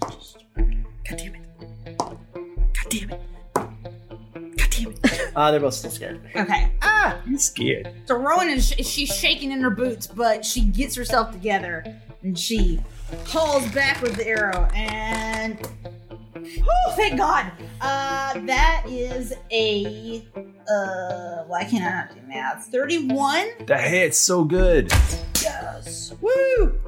[SPEAKER 5] Uh, they're both still scared.
[SPEAKER 2] Okay. Ah.
[SPEAKER 1] You scared?
[SPEAKER 2] So Rowan is sh- she's shaking in her boots, but she gets herself together and she pulls back with the arrow and oh thank God. Uh, that is a uh why can't I not do math? Thirty-one.
[SPEAKER 1] That hit's so good.
[SPEAKER 2] Yes. Woo!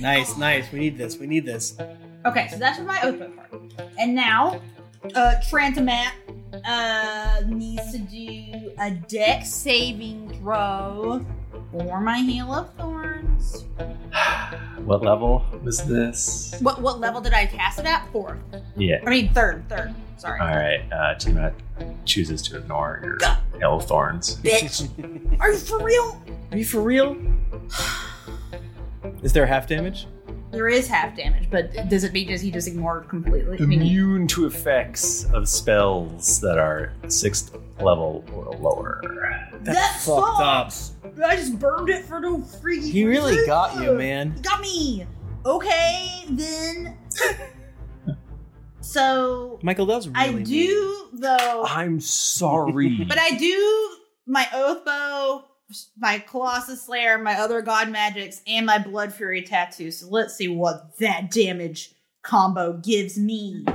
[SPEAKER 5] Nice, nice. We need this. We need this.
[SPEAKER 2] Okay, so that's for my oath book part. And now, uh, Trantomat uh, needs to do a deck saving throw for my Heel of Thorns.
[SPEAKER 1] What level was this?
[SPEAKER 2] What what level did I cast it at? Fourth.
[SPEAKER 1] Yeah.
[SPEAKER 2] I mean, third, third. Sorry.
[SPEAKER 1] All right. Uh, Tima chooses to ignore your Hail of Thorns.
[SPEAKER 2] Bitch. Are you for real?
[SPEAKER 5] Are you for real? Is there half damage?
[SPEAKER 2] There is half damage, but does it mean does he just ignore it completely? I mean,
[SPEAKER 1] Immune to effects of spells that are sixth level or lower.
[SPEAKER 2] That's
[SPEAKER 5] fucked
[SPEAKER 2] I just burned it for no freaking.
[SPEAKER 5] He really got you, man.
[SPEAKER 2] You got me. Okay, then. so
[SPEAKER 5] Michael, that was really
[SPEAKER 2] I
[SPEAKER 5] mean.
[SPEAKER 2] do though,
[SPEAKER 1] I'm sorry.
[SPEAKER 2] but I do my oath bow, my colossus slayer, my other god magics, and my blood fury tattoo. So let's see what that damage combo gives me.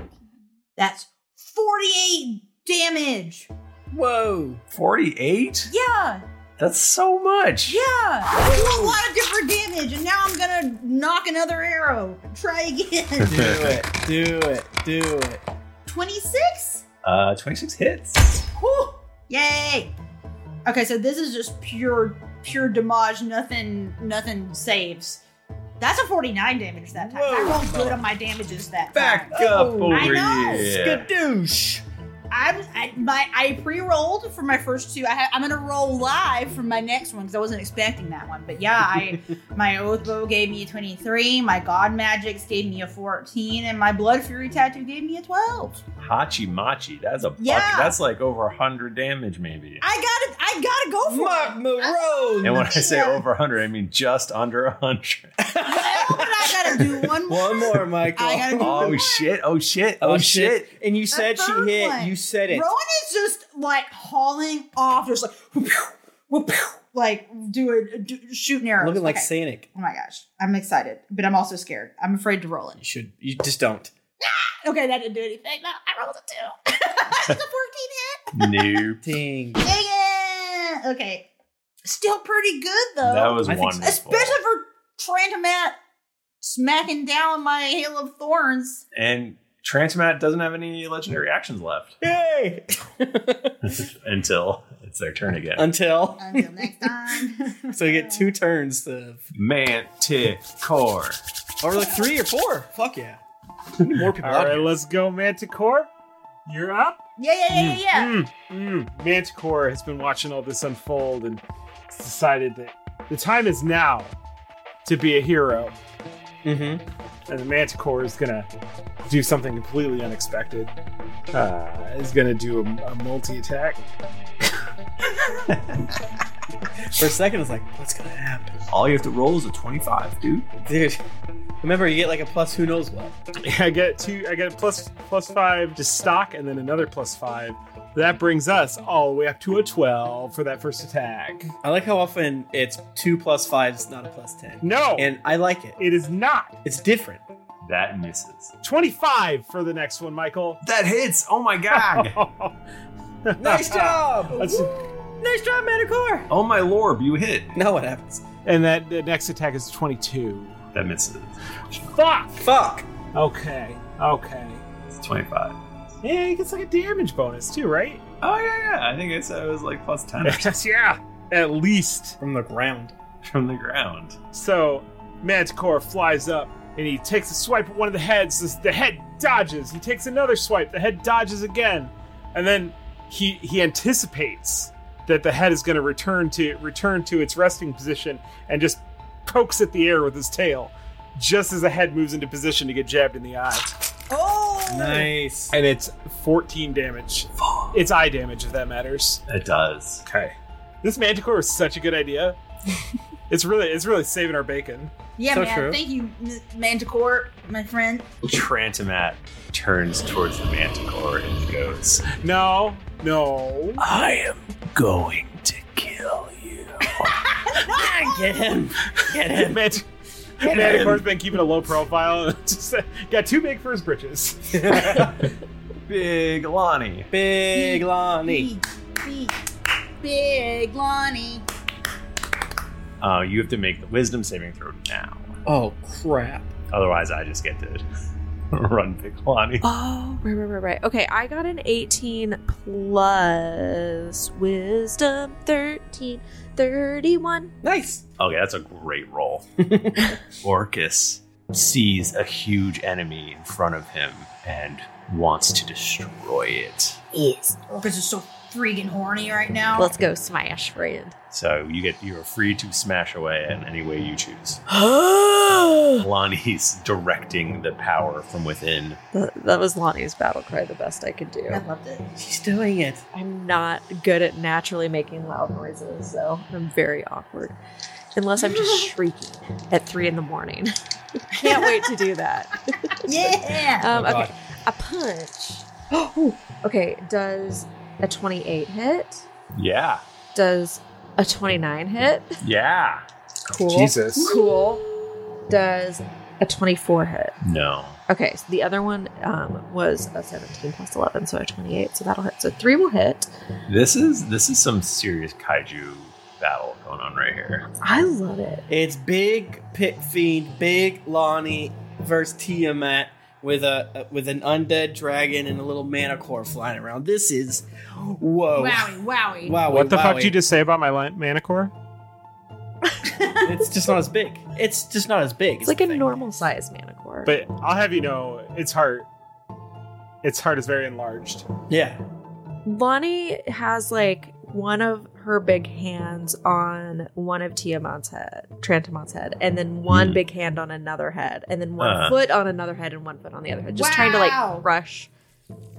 [SPEAKER 2] That's forty-eight damage.
[SPEAKER 5] Whoa,
[SPEAKER 1] forty-eight.
[SPEAKER 2] Yeah.
[SPEAKER 1] That's so much.
[SPEAKER 2] Yeah, I do a lot of different damage, and now I'm gonna knock another arrow. Try
[SPEAKER 5] Do
[SPEAKER 2] again.
[SPEAKER 5] it. Do it. Do it.
[SPEAKER 2] 26?
[SPEAKER 1] Uh, twenty-six hits.
[SPEAKER 2] Whew. Yay! Okay, so this is just pure, pure damage. Nothing, nothing saves. That's a 49 damage that time. I rolled good on my damages that
[SPEAKER 1] Back
[SPEAKER 2] time.
[SPEAKER 1] up over
[SPEAKER 2] Oh, I know.
[SPEAKER 1] here.
[SPEAKER 5] Skadoosh.
[SPEAKER 2] I'm, I, my, I pre-rolled for my first two. I ha- I'm gonna roll live for my next one because I wasn't expecting that one. But yeah, I my oath bow gave me a 23. My god magics gave me a 14, and my blood fury tattoo gave me a 12.
[SPEAKER 1] Hachi Machi. That's a bucket.
[SPEAKER 2] Yeah.
[SPEAKER 1] That's like over hundred damage, maybe.
[SPEAKER 2] I gotta, I gotta go for it.
[SPEAKER 1] And when I say over hundred, I mean just under hundred.
[SPEAKER 2] I gotta do one more.
[SPEAKER 5] One more, Michael.
[SPEAKER 2] I gotta do one
[SPEAKER 1] Oh shit! Oh shit! Oh, shit!
[SPEAKER 5] And you said she
[SPEAKER 2] third
[SPEAKER 5] hit.
[SPEAKER 2] one.
[SPEAKER 5] You said it.
[SPEAKER 2] Rowan is just like hauling off, just like whoop, whoop, like doing do, shooting arrows.
[SPEAKER 5] Looking like
[SPEAKER 2] Okay.
[SPEAKER 5] Sanic.
[SPEAKER 2] Oh my gosh, I'm excited, but I'm also scared. I'm afraid to roll it.
[SPEAKER 5] You should. You just don't.
[SPEAKER 2] Okay, that didn't do anything. No, I rolled a two.
[SPEAKER 1] Nope.
[SPEAKER 5] Dang.
[SPEAKER 2] Dang it! Okay, still pretty good though.
[SPEAKER 1] That was I think so. wonderful.
[SPEAKER 2] especially for Trantomat smacking down my hail of thorns.
[SPEAKER 1] And Transmat doesn't have any legendary actions left
[SPEAKER 5] Yay!
[SPEAKER 1] until it's their turn again.
[SPEAKER 5] Until. Until next time. so you get two turns to.
[SPEAKER 1] Manticore.
[SPEAKER 5] Or like three or four. Fuck yeah. More people.
[SPEAKER 4] All right, let's go, Manticore. You're up.
[SPEAKER 2] Yeah, yeah, yeah, yeah.
[SPEAKER 4] Mm, mm, mm. Manticore has been watching all this unfold and has decided that the time is now to be a hero. Mm-hmm. And the Manticore is gonna do something completely unexpected. Uh, is gonna do a, a multi attack.
[SPEAKER 5] For a second, it's like, what's gonna happen?
[SPEAKER 1] All you have to roll is a 25, dude.
[SPEAKER 5] Dude, remember, you get like a plus who knows what.
[SPEAKER 4] I get two. I get a plus plus five to stock, and then another plus five. That brings us all the way up to a twelve for that first attack.
[SPEAKER 5] I like how often it's two plus five is not a plus ten.
[SPEAKER 4] No,
[SPEAKER 5] And I like it.
[SPEAKER 4] it is not.
[SPEAKER 5] It's different.
[SPEAKER 1] That misses.
[SPEAKER 4] Twenty-five for the next one, Michael.
[SPEAKER 1] That hits. Oh my god.
[SPEAKER 5] Nice job!
[SPEAKER 4] That's-
[SPEAKER 5] nice job, Manicore!
[SPEAKER 1] oh my lord, you hit.
[SPEAKER 5] Now what happens?
[SPEAKER 4] and that the next attack is twenty-two.
[SPEAKER 1] That misses.
[SPEAKER 4] Fuck.
[SPEAKER 5] Fuck!
[SPEAKER 4] Okay. Okay.
[SPEAKER 1] It's 25.
[SPEAKER 4] Yeah, he gets like a damage bonus too, right?
[SPEAKER 1] Oh yeah, yeah. I think I said it was like plus 10 or something
[SPEAKER 4] Yes, yeah. At least.
[SPEAKER 5] From the ground.
[SPEAKER 1] from the ground.
[SPEAKER 4] So Manticore flies up and he takes a swipe at one of the heads. This- The head dodges. He takes another swipe. The head dodges again, and then he he anticipates that the head is going to return to return to its resting position and just pokes at the air with his tail, just as the head moves into position to get jabbed in the eye.
[SPEAKER 5] Nice.
[SPEAKER 4] And it's 14 damage. It's eye damage if that matters.
[SPEAKER 1] It does.
[SPEAKER 4] Okay. This Manticore was such a good idea. it's really it's really saving our bacon.
[SPEAKER 2] Yeah,
[SPEAKER 5] So
[SPEAKER 2] man.
[SPEAKER 5] true.
[SPEAKER 2] Thank you, M- Manticore, my friend.
[SPEAKER 1] Trantomat turns towards the manticore and goes,
[SPEAKER 4] No, no.
[SPEAKER 1] I am going to kill you.
[SPEAKER 5] Get him! Get him!
[SPEAKER 4] Mant- Manticore's been keeping a low profile. Just, uh, got too big for his britches.
[SPEAKER 1] Big Lonnie.
[SPEAKER 5] Big Lonnie.
[SPEAKER 2] Big, big, big Lonnie.
[SPEAKER 1] Uh, you have to make the wisdom saving throw now.
[SPEAKER 5] Oh, crap.
[SPEAKER 1] Otherwise, I just get to run Big Lonnie.
[SPEAKER 5] Uh.
[SPEAKER 3] Oh, right, right, right, right. Okay, I got an 18 plus wisdom 13, 31.
[SPEAKER 5] Nice!
[SPEAKER 1] Okay, that's a great roll. Orcus sees a huge enemy in front of him and wants to destroy it.
[SPEAKER 2] Is Orcus is Oh, so freaking horny right now.
[SPEAKER 3] Let's go smash, friend.
[SPEAKER 1] So you get you are free to smash away in any way you choose.
[SPEAKER 3] that,
[SPEAKER 1] Lonnie's directing the power from within.
[SPEAKER 3] that was Lonnie's battle cry, the best I could do.
[SPEAKER 2] I loved it.
[SPEAKER 5] She's doing it.
[SPEAKER 3] I'm not good at naturally making loud noises, so I'm very awkward. Unless I'm just shrieking at three in the morning. Can't wait to do that.
[SPEAKER 2] Yeah.
[SPEAKER 3] Um,
[SPEAKER 5] Oh, God.
[SPEAKER 3] okay, a punch. Oh, okay, does a 28 hit?
[SPEAKER 1] Yeah.
[SPEAKER 3] Does a 29 hit?
[SPEAKER 1] Yeah.
[SPEAKER 3] Cool.
[SPEAKER 4] Jesus.
[SPEAKER 3] Cool. Does a 24 hit?
[SPEAKER 1] No.
[SPEAKER 3] Okay, so the other one um, was a 17 plus 11, so a 28, so that'll hit. So three will hit.
[SPEAKER 1] This is this is some serious kaiju battle going on right here.
[SPEAKER 3] I love it.
[SPEAKER 5] It's Big Pit Fiend, Big Lonnie versus Tiamat with a with an undead dragon and a little manacore flying around. This is whoa.
[SPEAKER 2] Wowie, wowie.
[SPEAKER 5] Oh. Wow,
[SPEAKER 4] what the fuck did you just say about my li- Manticore?
[SPEAKER 5] It's just not as big. It's just not as big.
[SPEAKER 3] It's
[SPEAKER 5] is
[SPEAKER 3] like
[SPEAKER 5] the
[SPEAKER 3] a
[SPEAKER 5] thing.
[SPEAKER 3] normal size manicore.
[SPEAKER 4] But I'll have you know, its heart, its heart is very enlarged.
[SPEAKER 5] Yeah.
[SPEAKER 3] Lonnie has like one of her big hands on one of Tiamat's head, Trantamat's head, and then one
[SPEAKER 1] Hmm.
[SPEAKER 3] big hand on another head, and then one
[SPEAKER 1] Uh-huh.
[SPEAKER 3] foot on another head, and one foot on the other head. Just trying to
[SPEAKER 2] Wow.
[SPEAKER 3] like crush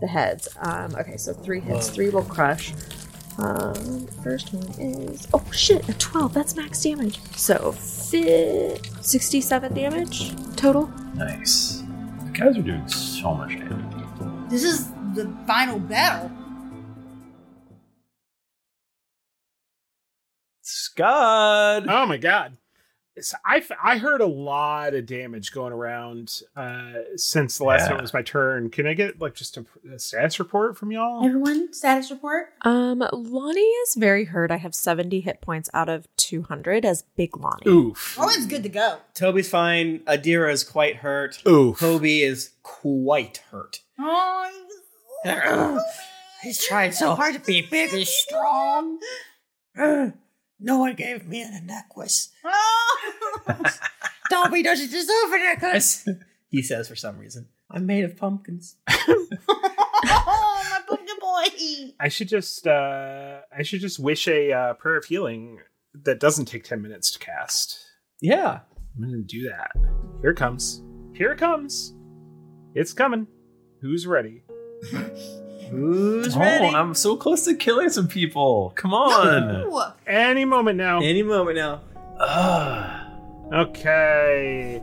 [SPEAKER 3] the heads. Um, okay, so three hits, three will crush. Um, first one is oh shit, a twelve. That's max damage. So fi- sixty-seven damage total.
[SPEAKER 1] Nice. The guys are doing so much damage.
[SPEAKER 2] This is the final battle.
[SPEAKER 1] Scud.
[SPEAKER 4] Oh my god. so I, f- I heard a lot of damage going around uh, since the last
[SPEAKER 1] Yeah.
[SPEAKER 4] time it was my turn. Can I get like just a, a status report from y'all?
[SPEAKER 2] Everyone, status report.
[SPEAKER 3] Um, Lonnie is very hurt. I have 70 hit points out of 200 as Big Lonnie.
[SPEAKER 4] Oof.
[SPEAKER 2] Rowan's good to go.
[SPEAKER 5] Toby's fine. Adira is quite hurt.
[SPEAKER 4] Oof.
[SPEAKER 5] Toby is quite hurt.
[SPEAKER 2] Oh,
[SPEAKER 7] He's trying so hard to be big and strong. Ugh, no one gave me a necklace.
[SPEAKER 2] Oh.
[SPEAKER 7] Dobby doesn't deserve a necklace.
[SPEAKER 5] He says for some reason. I'm made of pumpkins.
[SPEAKER 2] my pumpkin boy.
[SPEAKER 4] I should just uh, I should just wish a uh, prayer of healing that doesn't take ten minutes to cast.
[SPEAKER 5] Yeah,
[SPEAKER 4] I'm gonna do that. Here it comes. Here it comes. It's coming. Who's ready?
[SPEAKER 5] Who's
[SPEAKER 4] ready?
[SPEAKER 8] I'm so close to killing some people. Come on.
[SPEAKER 4] Any moment now.
[SPEAKER 5] Any moment now.
[SPEAKER 4] okay.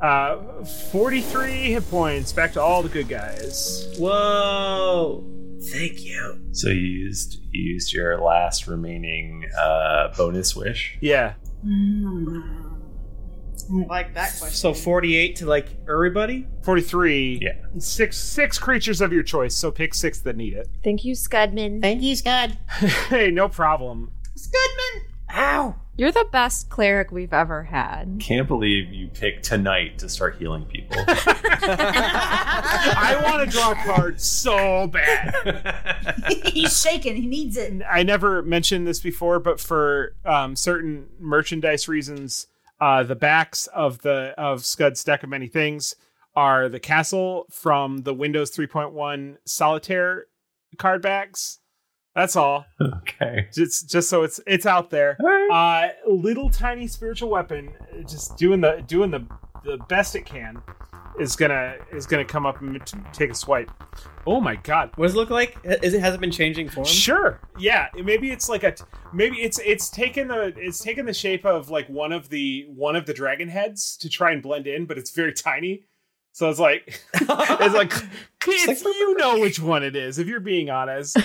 [SPEAKER 4] Uh, 43 hit points back to all the good guys.
[SPEAKER 5] Whoa. Thank you.
[SPEAKER 1] So you used you used your last remaining uh, bonus wish.
[SPEAKER 4] Yeah.
[SPEAKER 2] like that question.
[SPEAKER 5] So 48 to like everybody?
[SPEAKER 4] 43. Yeah. Six six creatures of your choice, so pick six that need it.
[SPEAKER 3] Thank you, Scudman.
[SPEAKER 7] Thank you, Scud.
[SPEAKER 4] hey, no problem.
[SPEAKER 7] Ow.
[SPEAKER 3] You're the best cleric we've ever had.
[SPEAKER 1] Can't believe you picked tonight to start healing people.
[SPEAKER 4] I want to draw a card so bad.
[SPEAKER 2] He's shaking. He needs it.
[SPEAKER 4] I never mentioned this before, but for um, certain merchandise reasons, uh, the backs of the of Scud's deck of many things are the castle from the Windows 3.1 solitaire card backs. That's all.
[SPEAKER 1] Okay.
[SPEAKER 4] Just just so it's it's out there. Uh, little tiny spiritual weapon, uh, just doing the doing the the best it can, is gonna is gonna come up and t- take a swipe. Oh my god!
[SPEAKER 5] What does it look like? Is it has it been changing form?
[SPEAKER 4] Sure. Yeah. it- Maybe it's like a t- maybe it's it's taken the it's taken the shape of like one of the one of the dragon heads to try and blend in, but it's very tiny. So it's like it's like kids, you know which one it is if you're being honest.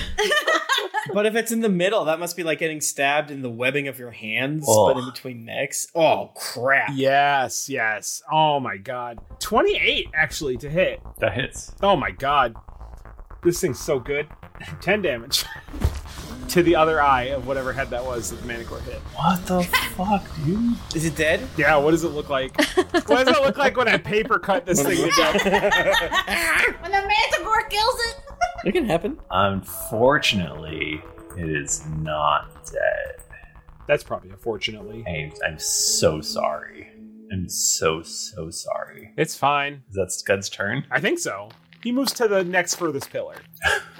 [SPEAKER 5] But if it's in the middle, that must be like getting stabbed in the webbing of your hands,
[SPEAKER 4] Ugh.
[SPEAKER 5] but in between necks. Oh crap.
[SPEAKER 4] Yes, yes. Oh my god. 28 actually to hit.
[SPEAKER 1] That hits.
[SPEAKER 4] Oh my god. This thing's so good. 10 damage to the other eye of whatever head that was that the Manicore hit.
[SPEAKER 1] What the fuck, dude?
[SPEAKER 5] Is it dead?
[SPEAKER 4] Yeah, what does it look like? what does it look like when I paper cut this thing to death?
[SPEAKER 2] When the manticore kills it.
[SPEAKER 5] It can happen.
[SPEAKER 1] Unfortunately, it is not dead.
[SPEAKER 4] That's probably unfortunately.
[SPEAKER 1] I'm, I'm so sorry. I'm so so sorry.
[SPEAKER 4] It's fine.
[SPEAKER 1] Is that Scud's turn?
[SPEAKER 4] I think so. He moves to the next furthest pillar.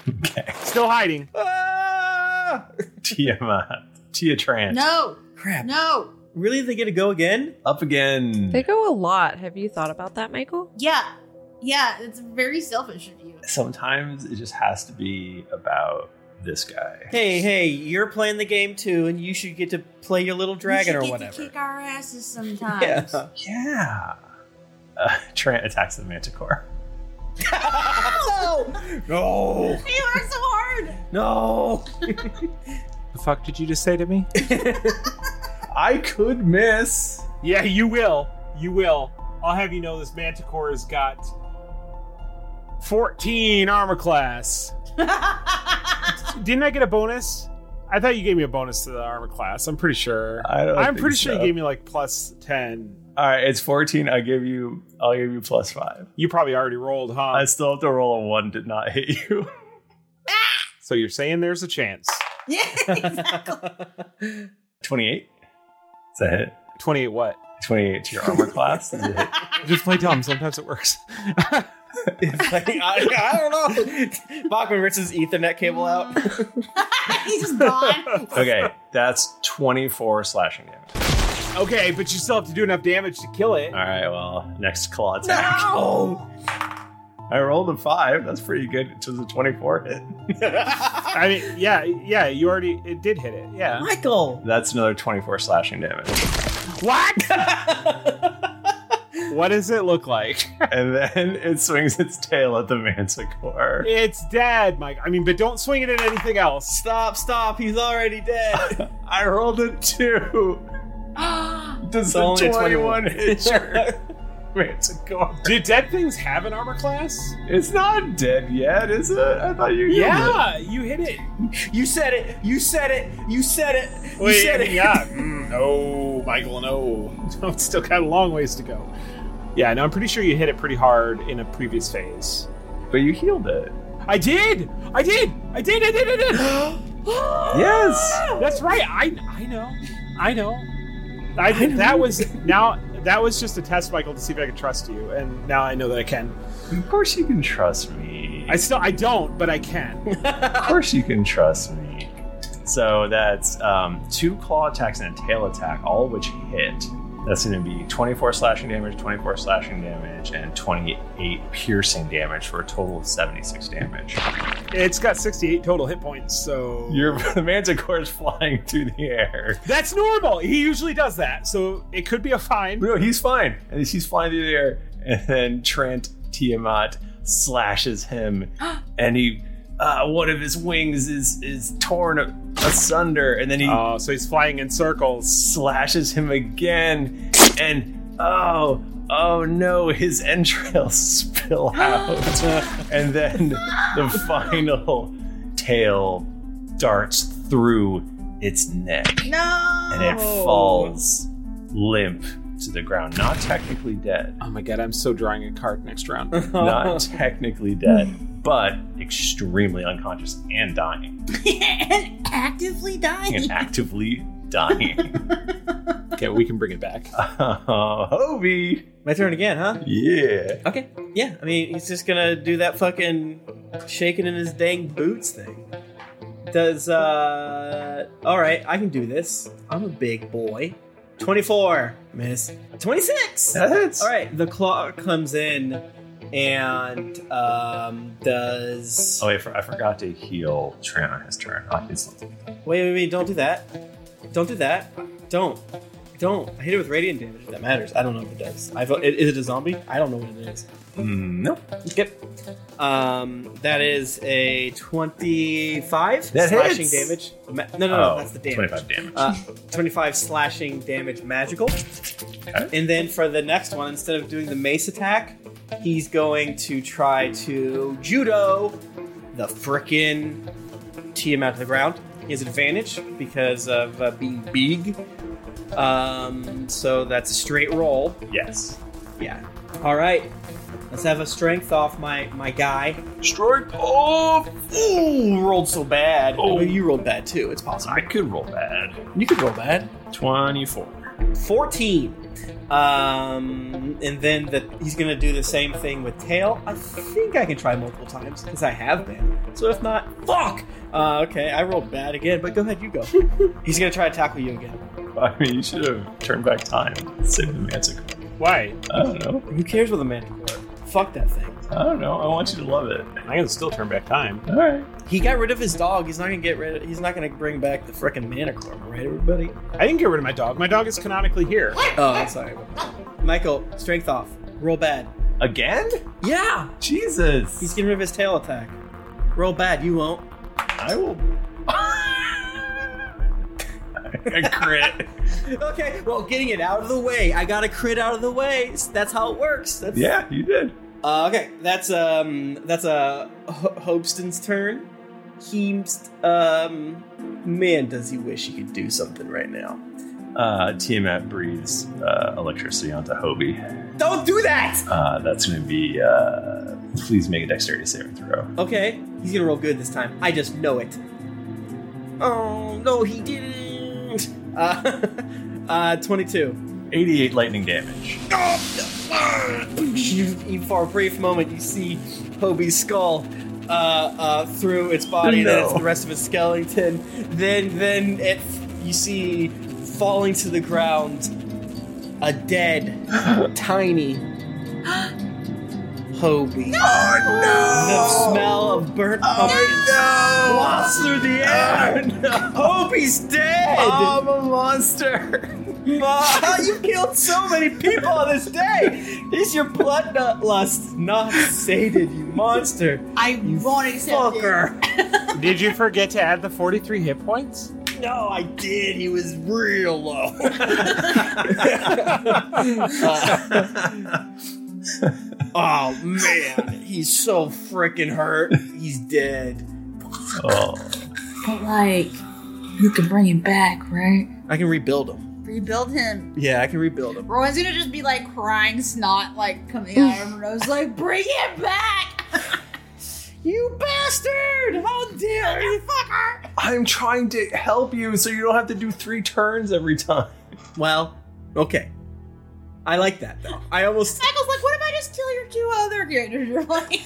[SPEAKER 4] okay. Still hiding.
[SPEAKER 5] Ah!
[SPEAKER 1] Tiamat. Tia Tran.
[SPEAKER 2] No.
[SPEAKER 5] Crap.
[SPEAKER 2] No.
[SPEAKER 5] Really? They get to go again?
[SPEAKER 1] Up again.
[SPEAKER 3] They go a lot. Have you thought about that, Michael?
[SPEAKER 2] Yeah. Yeah. It's very selfish of you.
[SPEAKER 1] Sometimes it just has to be about this guy.
[SPEAKER 5] Hey, hey, you're playing the game too, and you should get to play your little dragon
[SPEAKER 2] You
[SPEAKER 5] or
[SPEAKER 2] should get
[SPEAKER 5] whatever.
[SPEAKER 2] To kick our asses sometimes.
[SPEAKER 5] Yeah.
[SPEAKER 1] Yeah. Uh, Tran attacks the Manticore.
[SPEAKER 2] No.
[SPEAKER 1] No.
[SPEAKER 2] You are so hard.
[SPEAKER 1] No.
[SPEAKER 4] The fuck did you just say to me?
[SPEAKER 8] I could miss.
[SPEAKER 4] Yeah, you will. You will. I'll have you know this Manticore has got 14 armor class. Didn't I get a bonus? I thought you gave me a bonus to the armor class. I'm pretty sure.
[SPEAKER 1] I don't
[SPEAKER 4] I'm
[SPEAKER 1] think
[SPEAKER 4] pretty sure
[SPEAKER 1] so.
[SPEAKER 4] you gave me like plus 10.
[SPEAKER 1] All right, it's 14. I give you. I'll give you plus five.
[SPEAKER 4] You probably already rolled, huh?
[SPEAKER 1] I still have to roll a one. Did not hit you.
[SPEAKER 4] so you're saying there's a chance.
[SPEAKER 2] Yeah,
[SPEAKER 4] exactly.
[SPEAKER 1] 28. Is that hit?
[SPEAKER 4] 28 what?
[SPEAKER 1] 28 to your armor class. Is it hit?
[SPEAKER 4] Just play dumb. Sometimes it works.
[SPEAKER 5] I, I don't know. Bachman rips his Ethernet cable out.
[SPEAKER 2] Mm. He's just gone.
[SPEAKER 1] Okay, that's 24 slashing damage.
[SPEAKER 4] Okay, but you still have to do enough damage to kill it.
[SPEAKER 1] All right, well, next claw attack. I rolled a five. That's pretty good. It was a 24 hit.
[SPEAKER 4] I mean, yeah, yeah, you already it did hit it. Yeah.
[SPEAKER 5] Michael.
[SPEAKER 1] That's another 24 slashing damage.
[SPEAKER 4] What? what does it look like?
[SPEAKER 1] and then it swings its tail at the manticore.
[SPEAKER 4] It's dead, Mike. I mean, but don't swing it at anything else.
[SPEAKER 5] Stop, stop. He's already dead.
[SPEAKER 1] I rolled a two. Does
[SPEAKER 5] It's
[SPEAKER 1] the
[SPEAKER 5] only a
[SPEAKER 1] 21
[SPEAKER 5] 21.
[SPEAKER 1] hit your... Wait, it's a guard.
[SPEAKER 4] Did dead things have an armor class?
[SPEAKER 1] It's not dead yet, is it? I thought you healed
[SPEAKER 4] Yeah,
[SPEAKER 1] it.
[SPEAKER 4] you hit it.
[SPEAKER 5] You said it. You said it. You said it.
[SPEAKER 4] Wait,
[SPEAKER 5] you said
[SPEAKER 4] I mean, yeah. Mm, no, Michael, no. No, it's still got a long ways to go. Yeah, no, I'm pretty sure you hit it pretty hard in a previous phase.
[SPEAKER 1] But you healed it.
[SPEAKER 4] I did! I did! I did! I did! I did!
[SPEAKER 1] yes!
[SPEAKER 4] That's right. I, I know. I know. I did. That was now. That was just a test, Michael, to see if I could trust you, and now I know that I can.
[SPEAKER 1] Of course, you can trust me.
[SPEAKER 4] I still I don't, but I can.
[SPEAKER 1] Of course you can trust me. So that's um, two claw attacks and a tail attack, all of which hit. That's going to be 24 slashing damage, 24 slashing damage, and 28 piercing damage for a total of 76 damage.
[SPEAKER 4] It's got 68 total hit points, so
[SPEAKER 1] Your the manticore is flying through the air.
[SPEAKER 4] that's normal. He usually does that, so it could be a fine.
[SPEAKER 1] No, he's fine. And he's flying through the air, and then Trent Tiamat slashes him, and he uh, one of his wings is is torn asunder, and then he
[SPEAKER 4] oh, so he's flying in circles,
[SPEAKER 1] slashes him again, and oh oh no, his entrails spill out, and then the final tail darts through its neck
[SPEAKER 2] No.
[SPEAKER 1] and it falls limp to the ground. Not technically dead.
[SPEAKER 4] Oh my god, I'm so drawing a card next round.
[SPEAKER 5] Oh.
[SPEAKER 1] Not technically dead, but extremely unconscious and dying.
[SPEAKER 2] and actively dying.
[SPEAKER 1] And actively dying.
[SPEAKER 4] okay, we can bring it back.
[SPEAKER 1] Uh, Hobie.
[SPEAKER 5] My turn again, huh?
[SPEAKER 1] Yeah.
[SPEAKER 5] Okay. Yeah. I mean, he's just gonna do that fucking shaking in his dang boots thing. Does uh? All right, I can do this. I'm a big boy. Twenty-four, miss. Twenty-six.
[SPEAKER 1] That hits.
[SPEAKER 5] All right. The claw comes in and um does.
[SPEAKER 1] Oh, wait, for, I forgot to heal Trent on his turn. Uh, Obviously.
[SPEAKER 5] Wait, wait, wait! Don't do that. Don't do that. Don't. Don't. I hit it with radiant damage. If that matters. I don't know if it does. I vote- is it a zombie? I don't know what it is.
[SPEAKER 1] Mm, nope.
[SPEAKER 5] Yep. Um, that is a 25
[SPEAKER 1] That
[SPEAKER 5] slashing
[SPEAKER 1] hits.
[SPEAKER 5] damage. Ma- no, no, no,
[SPEAKER 1] Oh,
[SPEAKER 5] that's the damage.
[SPEAKER 1] 25 damage.
[SPEAKER 5] Uh, 25 slashing damage magical. And then for the next one, instead of doing the mace attack, he's going to try to judo the frickin' tee him out to the ground. He has advantage because of uh, being big. Um, so that's a straight roll.
[SPEAKER 1] Yes.
[SPEAKER 5] Yeah. All right. Let's have a strength off my my guy.
[SPEAKER 1] Strength off.
[SPEAKER 5] Ooh, rolled so bad. Oh, you rolled bad too. It's possible. I
[SPEAKER 1] could roll bad.
[SPEAKER 5] You could roll bad.
[SPEAKER 1] 24.
[SPEAKER 5] 14. Um, and then the, he's going to do the same thing with tail. I think I can try multiple times because I have been. So if not, fuck! Uh, okay, I rolled bad again, but go ahead, you go. he's going to try to tackle you again.
[SPEAKER 1] I mean, you should have turned back time. Save the manticore.
[SPEAKER 4] Why?
[SPEAKER 1] I don't know.
[SPEAKER 5] Who cares with a manticore? Fuck that thing.
[SPEAKER 1] I don't know. I want you to love it.
[SPEAKER 4] I can still turn back time.
[SPEAKER 1] All right.
[SPEAKER 5] He got rid of his dog. He's not going to get rid of, he's not going to bring back the frickin' manticore, right, everybody?
[SPEAKER 4] I didn't get rid of my dog. My dog is canonically here.
[SPEAKER 5] Oh, I'm sorry. Michael, strength off. Roll bad.
[SPEAKER 1] Again?
[SPEAKER 5] Yeah!
[SPEAKER 1] Jesus.
[SPEAKER 5] He's getting rid of his tail attack. Roll bad, you won't.
[SPEAKER 1] I will. A crit.
[SPEAKER 5] okay, well, getting it out of the way. I got a crit out of the way. That's how it works. That's,
[SPEAKER 1] Yeah, you did.
[SPEAKER 5] Uh, okay, that's um, that's uh, Ho- Hobston's turn. Heemst, um, man, does he wish he could do something right now?
[SPEAKER 1] Uh, Tiamat breathes uh, electricity onto Hobie.
[SPEAKER 5] Don't do that.
[SPEAKER 1] Uh, that's going to be. Uh, please make a dexterity saving throw.
[SPEAKER 5] Okay, he's gonna roll good this time. I just know it. Oh no, he didn't. Uh, uh, twenty-two. Oh,
[SPEAKER 1] 88 lightning damage.
[SPEAKER 5] You, you, for a brief moment, you see Hobie's skull uh, uh, through its body, and then it's
[SPEAKER 1] No.
[SPEAKER 5] the rest of its skeleton. Then, then it, you see falling to the ground a dead, tiny Hobie. The smell of burnt pumpkin wafts through the air. Hobie's dead.
[SPEAKER 1] I'm a monster.
[SPEAKER 5] Ma, you killed so many people on this day. He's your blood nut lust, not sated, you monster.
[SPEAKER 2] I won't accept
[SPEAKER 5] fucker.
[SPEAKER 4] Did you forget to add the 43 hit points?
[SPEAKER 5] No, I did. He was real low. oh man, he's so freaking hurt. He's dead.
[SPEAKER 2] But like, you can bring him back, right?
[SPEAKER 5] I can rebuild him.
[SPEAKER 2] Rebuild him.
[SPEAKER 5] Yeah, I can rebuild him.
[SPEAKER 2] Rowan's gonna just be like crying snot, like coming out of her nose, like, bring him back! you bastard! How dare you! Fucker!
[SPEAKER 8] I'm trying to help you so you don't have to do three turns every time.
[SPEAKER 5] Well, okay. I like that though. I almost
[SPEAKER 2] Michael's like, what if I just kill your two other characters? You're like,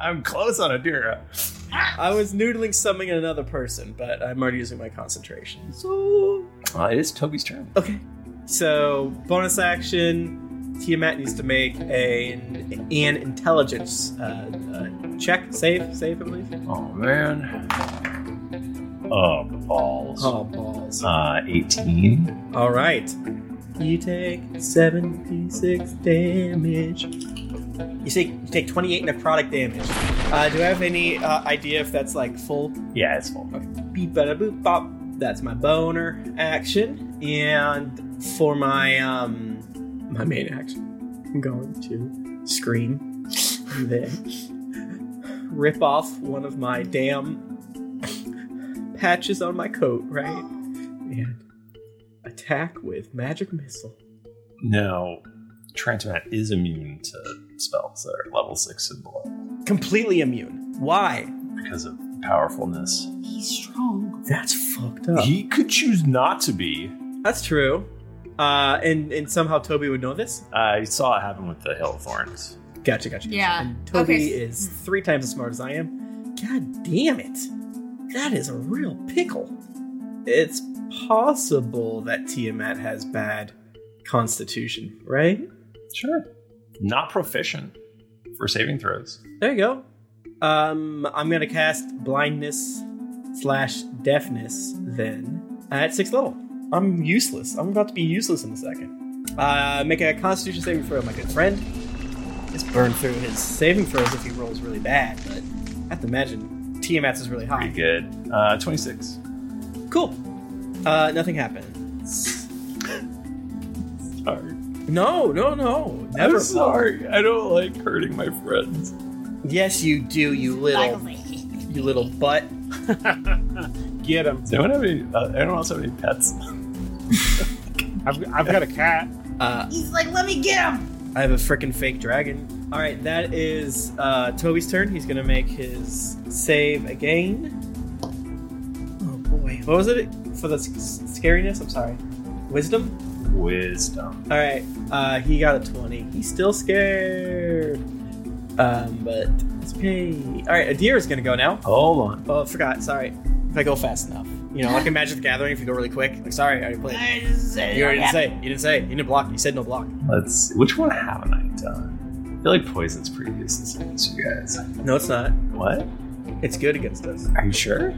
[SPEAKER 5] I'm close on Adira. I was noodling summoning another person, but I'm already using my concentration. So
[SPEAKER 8] Uh, it is Toby's turn.
[SPEAKER 5] Okay. So bonus action, Tiamat needs to make a, an intelligence uh, uh, check, save, save I believe.
[SPEAKER 8] Oh man.
[SPEAKER 1] Oh, balls.
[SPEAKER 5] Oh balls.
[SPEAKER 1] Uh, 18.
[SPEAKER 5] All right. You take 76 damage. You take you take 28 necrotic damage. Uh, do I have any uh, idea if that's like full?
[SPEAKER 1] Yeah, it's full.
[SPEAKER 5] Okay. Beep bada boop bop. That's my boner action, and for my um my main action, I'm going to scream and then rip off one of my damn patches on my coat, right? And attack with magic missile.
[SPEAKER 1] Now, Transmat is immune to spells that are level six and below
[SPEAKER 5] Completely immune. Why?
[SPEAKER 1] because of powerfulness.
[SPEAKER 2] He's
[SPEAKER 1] Oh.
[SPEAKER 2] strong.
[SPEAKER 5] That's fucked up.
[SPEAKER 1] He could choose not to be.
[SPEAKER 5] That's true. Uh, and and somehow Toby would know this.
[SPEAKER 1] I saw it happen with the Hill of Thorns.
[SPEAKER 5] Gotcha, gotcha.
[SPEAKER 2] Yeah.
[SPEAKER 5] And Toby
[SPEAKER 2] Okay. hmm.
[SPEAKER 5] is three times as smart as I am. God damn it. That is a real pickle. It's possible that Tiamat has bad constitution, right?
[SPEAKER 1] Sure. Not proficient for saving throws.
[SPEAKER 5] There you go. Um, I'm gonna cast blindness slash deafness then at sixth level. I'm useless. I'm about to be useless in a second. Uh, make a Constitution saving throw, my good friend. Just burn through his saving throws if he rolls really bad, but I have to imagine Tiamat's is really high.
[SPEAKER 1] Pretty good. Uh, 26.
[SPEAKER 5] Cool. Uh, nothing happens.
[SPEAKER 1] Sorry.
[SPEAKER 5] No, no, no. Never.
[SPEAKER 8] I'm sorry. I don't like hurting my friends.
[SPEAKER 5] Yes, you do. You little, you little butt.
[SPEAKER 4] Get him.
[SPEAKER 1] Do I have any? Uh, anyone else have any pets?
[SPEAKER 4] I've, I've got a cat.
[SPEAKER 5] Uh,
[SPEAKER 2] He's like, let me get him!
[SPEAKER 5] I have a freaking fake dragon. All right, that is uh, Toby's turn. He's gonna make his save again. Oh boy, what was it for the s- s- scariness? I'm sorry, wisdom.
[SPEAKER 1] Wisdom.
[SPEAKER 5] All right, uh, he got a twenty. He's still scared, um, but it's okay. All right, Adir is gonna go now.
[SPEAKER 8] Hold on.
[SPEAKER 5] Oh, I forgot. Sorry, if I go fast enough, you know, like in Magic the Gathering, if you go really quick, like sorry, I already played.
[SPEAKER 2] I didn't say
[SPEAKER 5] You already
[SPEAKER 2] that.
[SPEAKER 5] didn't say. it. You didn't say. it. You didn't block. You said no block.
[SPEAKER 1] Let's see. Which one haven't I done? I feel like poison's pretty useless against you guys.
[SPEAKER 5] No, it's not.
[SPEAKER 1] What?
[SPEAKER 5] It's good against us.
[SPEAKER 1] Are you sure?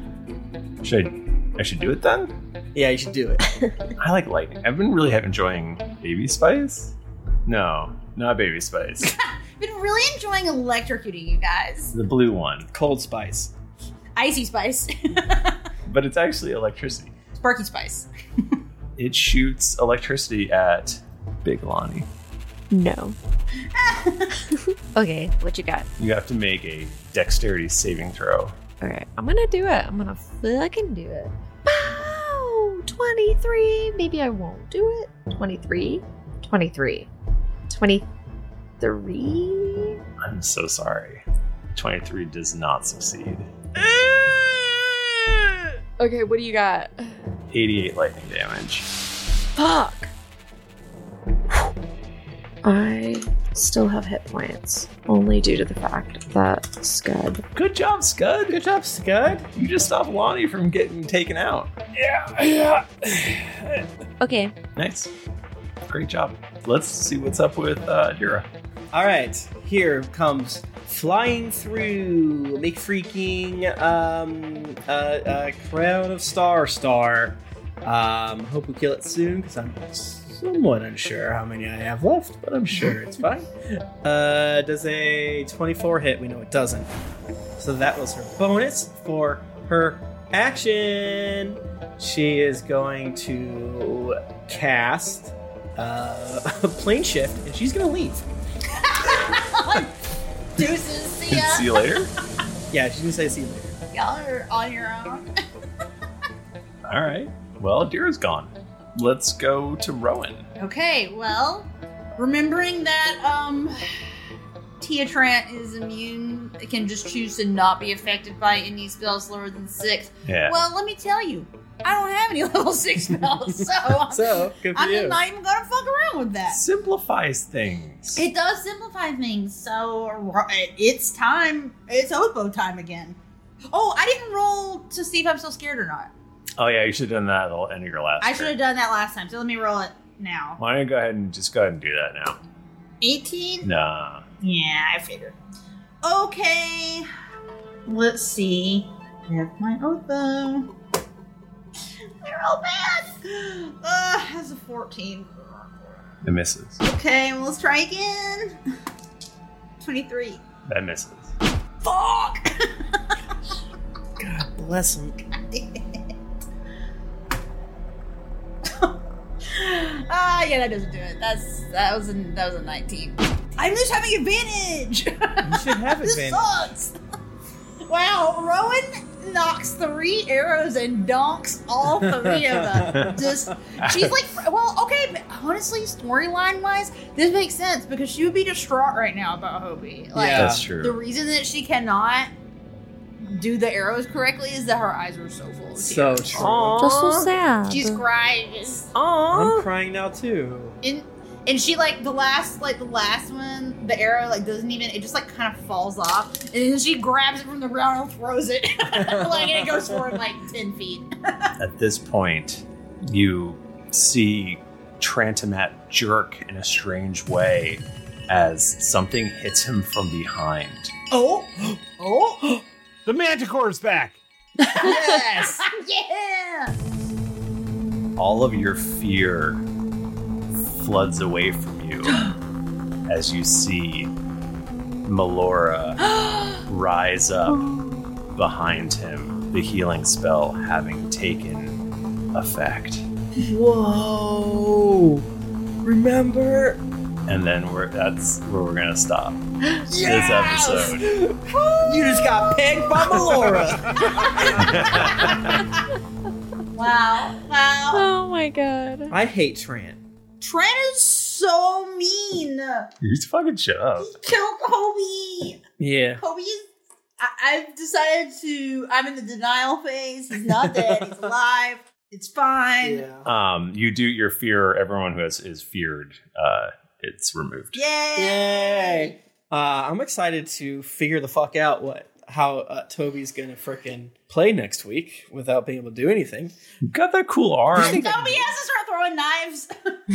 [SPEAKER 1] Should I, I should do it then?
[SPEAKER 5] Yeah, you should do it.
[SPEAKER 1] I like lightning. I've been really enjoying Baby Spice. No, not Baby Spice.
[SPEAKER 2] Been really enjoying electrocuting you guys.
[SPEAKER 1] the blue one.
[SPEAKER 5] Cold Spice.
[SPEAKER 2] Icy spice.
[SPEAKER 1] But it's actually electricity.
[SPEAKER 2] Sparky spice.
[SPEAKER 1] It shoots electricity at Big Lonnie.
[SPEAKER 3] No. okay, what you got?
[SPEAKER 1] You have to make a dexterity saving throw.
[SPEAKER 3] All right, I'm gonna do it. I'm gonna fucking do it. Wow, 23. Maybe I won't do it. 23, 23, 23.
[SPEAKER 1] I'm so sorry. 23 does not succeed.
[SPEAKER 3] Okay, what do you got?
[SPEAKER 1] 88 lightning damage.
[SPEAKER 3] Fuck. I still have hit points, only due to the fact that Scud.
[SPEAKER 8] Good job, Scud.
[SPEAKER 5] Good job, Scud.
[SPEAKER 8] You just stopped Lonnie from getting taken out.
[SPEAKER 4] Yeah, yeah.
[SPEAKER 3] Okay,
[SPEAKER 8] Nice. Great job. Let's see what's up with uh, Dura.
[SPEAKER 5] All right, here comes flying through. Make freaking um, uh, uh, crown of star star. Um, hope we kill it soon because I'm somewhat unsure how many I have left, but I'm sure it's fine. Uh, does a 24 hit? We know it doesn't. So that was her bonus for her action. She is going to cast uh, plane shift, and she's gonna leave.
[SPEAKER 2] Deuces, see ya.
[SPEAKER 5] yeah, she's gonna say see you later.
[SPEAKER 2] Y'all are on your own.
[SPEAKER 1] All right. Well, Dira's gone. Let's go to Rowan.
[SPEAKER 2] Okay, well, remembering that um Teotrant is immune, it can just choose to not be affected by any spells lower than six.
[SPEAKER 7] Yeah.
[SPEAKER 2] Well, let me tell you, I don't have any level six spells, so,
[SPEAKER 1] So, good for
[SPEAKER 2] I'm
[SPEAKER 1] you.
[SPEAKER 2] not even gonna fuck around with that.
[SPEAKER 1] Simplifies things.
[SPEAKER 2] It does simplify things, so it's time. It's Oppo time again. Oh, I didn't roll to see if I'm still scared or not.
[SPEAKER 1] Oh yeah, you should have done that at the end of your last.
[SPEAKER 2] I should have done that last time, so let me roll it now.
[SPEAKER 1] Why don't you go ahead and just go ahead and do that now?
[SPEAKER 2] 18?
[SPEAKER 1] Nah.
[SPEAKER 2] Yeah, I figured. Okay. Let's see. Where's my Oppo? They're all bad. Uh, has a 14.
[SPEAKER 1] It misses.
[SPEAKER 2] Okay, well, let's try again. 23.
[SPEAKER 1] That misses.
[SPEAKER 2] Fuck!
[SPEAKER 5] Bless him.
[SPEAKER 2] Ah, yeah, that doesn't do it. That's that was a that was a 19. I'm just having advantage. You
[SPEAKER 5] should have
[SPEAKER 2] this
[SPEAKER 5] advantage.
[SPEAKER 2] sucks. Wow, Rowan knocks three arrows and donks all three of them. Just she's like, well, okay, but honestly, storyline wise, this makes sense because she would be distraught right now about Hobie. Like,
[SPEAKER 1] Yeah. That's true.
[SPEAKER 2] The reason that she cannot do the arrows correctly is that her eyes were so full. Of
[SPEAKER 5] So
[SPEAKER 2] tears.
[SPEAKER 5] true. That's so sad.
[SPEAKER 2] She's crying. Just,
[SPEAKER 5] I'm crying now too.
[SPEAKER 2] and and she like the last like the last one the arrow like doesn't even it just like kind of falls off and then she grabs it from the ground and throws it like and it goes forward like 10 feet
[SPEAKER 1] At this point, you see Trantamat jerk in a strange way as something hits him from behind.
[SPEAKER 2] Oh! Oh!
[SPEAKER 4] the Manticore's back!
[SPEAKER 2] yes yeah
[SPEAKER 1] All of your fear floods away from you as you see Melora rise up behind him, the healing spell having taken effect.
[SPEAKER 5] Whoa! Remember?
[SPEAKER 1] And then we're that's where we're gonna stop this
[SPEAKER 5] Yes!
[SPEAKER 1] episode.
[SPEAKER 5] You just got pegged by Melora.
[SPEAKER 2] wow wow
[SPEAKER 3] oh my god
[SPEAKER 5] I hate Tran.
[SPEAKER 2] Trent is so mean
[SPEAKER 1] He's fucking shit up.
[SPEAKER 2] kill Kobe
[SPEAKER 5] Yeah.
[SPEAKER 2] Kobe is I, I've decided to I'm in the denial phase he's not dead he's alive it's fine
[SPEAKER 1] Um, you do your fear. Everyone who has is feared. Uh, it's removed.
[SPEAKER 2] Yay!
[SPEAKER 5] Yay! Uh, I'm excited to figure the fuck out what how uh, Toby's gonna frickin' play next week without being able to do anything.
[SPEAKER 1] Got that cool arm.
[SPEAKER 2] Kobe has to start throwing knives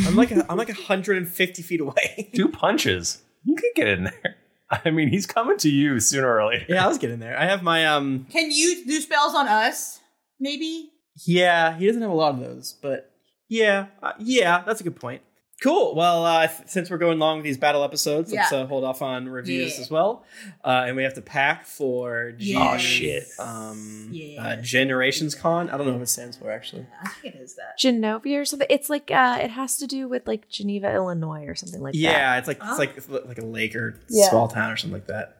[SPEAKER 5] I'm like a, I'm like 150 feet away.
[SPEAKER 1] Two punches. You could get in there. I mean, he's coming to you sooner or later.
[SPEAKER 5] Yeah, I was getting there. I have my um.
[SPEAKER 2] Can you do spells on us? Maybe.
[SPEAKER 5] Yeah, he doesn't have a lot of those, but yeah, uh, yeah, that's a good point. Cool. Well, uh, th- since we're going long with these battle episodes, let's
[SPEAKER 1] Yeah.
[SPEAKER 5] uh, hold off on reviews
[SPEAKER 1] Yeah.
[SPEAKER 5] as well. Uh, and we have to pack for G-
[SPEAKER 1] Yes. Aw, Oh, shit.
[SPEAKER 5] Um, uh,
[SPEAKER 2] Yes.
[SPEAKER 5] Generations Con. I don't know what it stands for actually.
[SPEAKER 2] I think it is that.
[SPEAKER 3] Genovia or something. It's like uh, it has to do with like Geneva, Illinois, or something like that.
[SPEAKER 5] yeah, it's like
[SPEAKER 2] Oh,
[SPEAKER 5] it's like it's li- like a lake or
[SPEAKER 3] Yeah.
[SPEAKER 5] small town or something like that.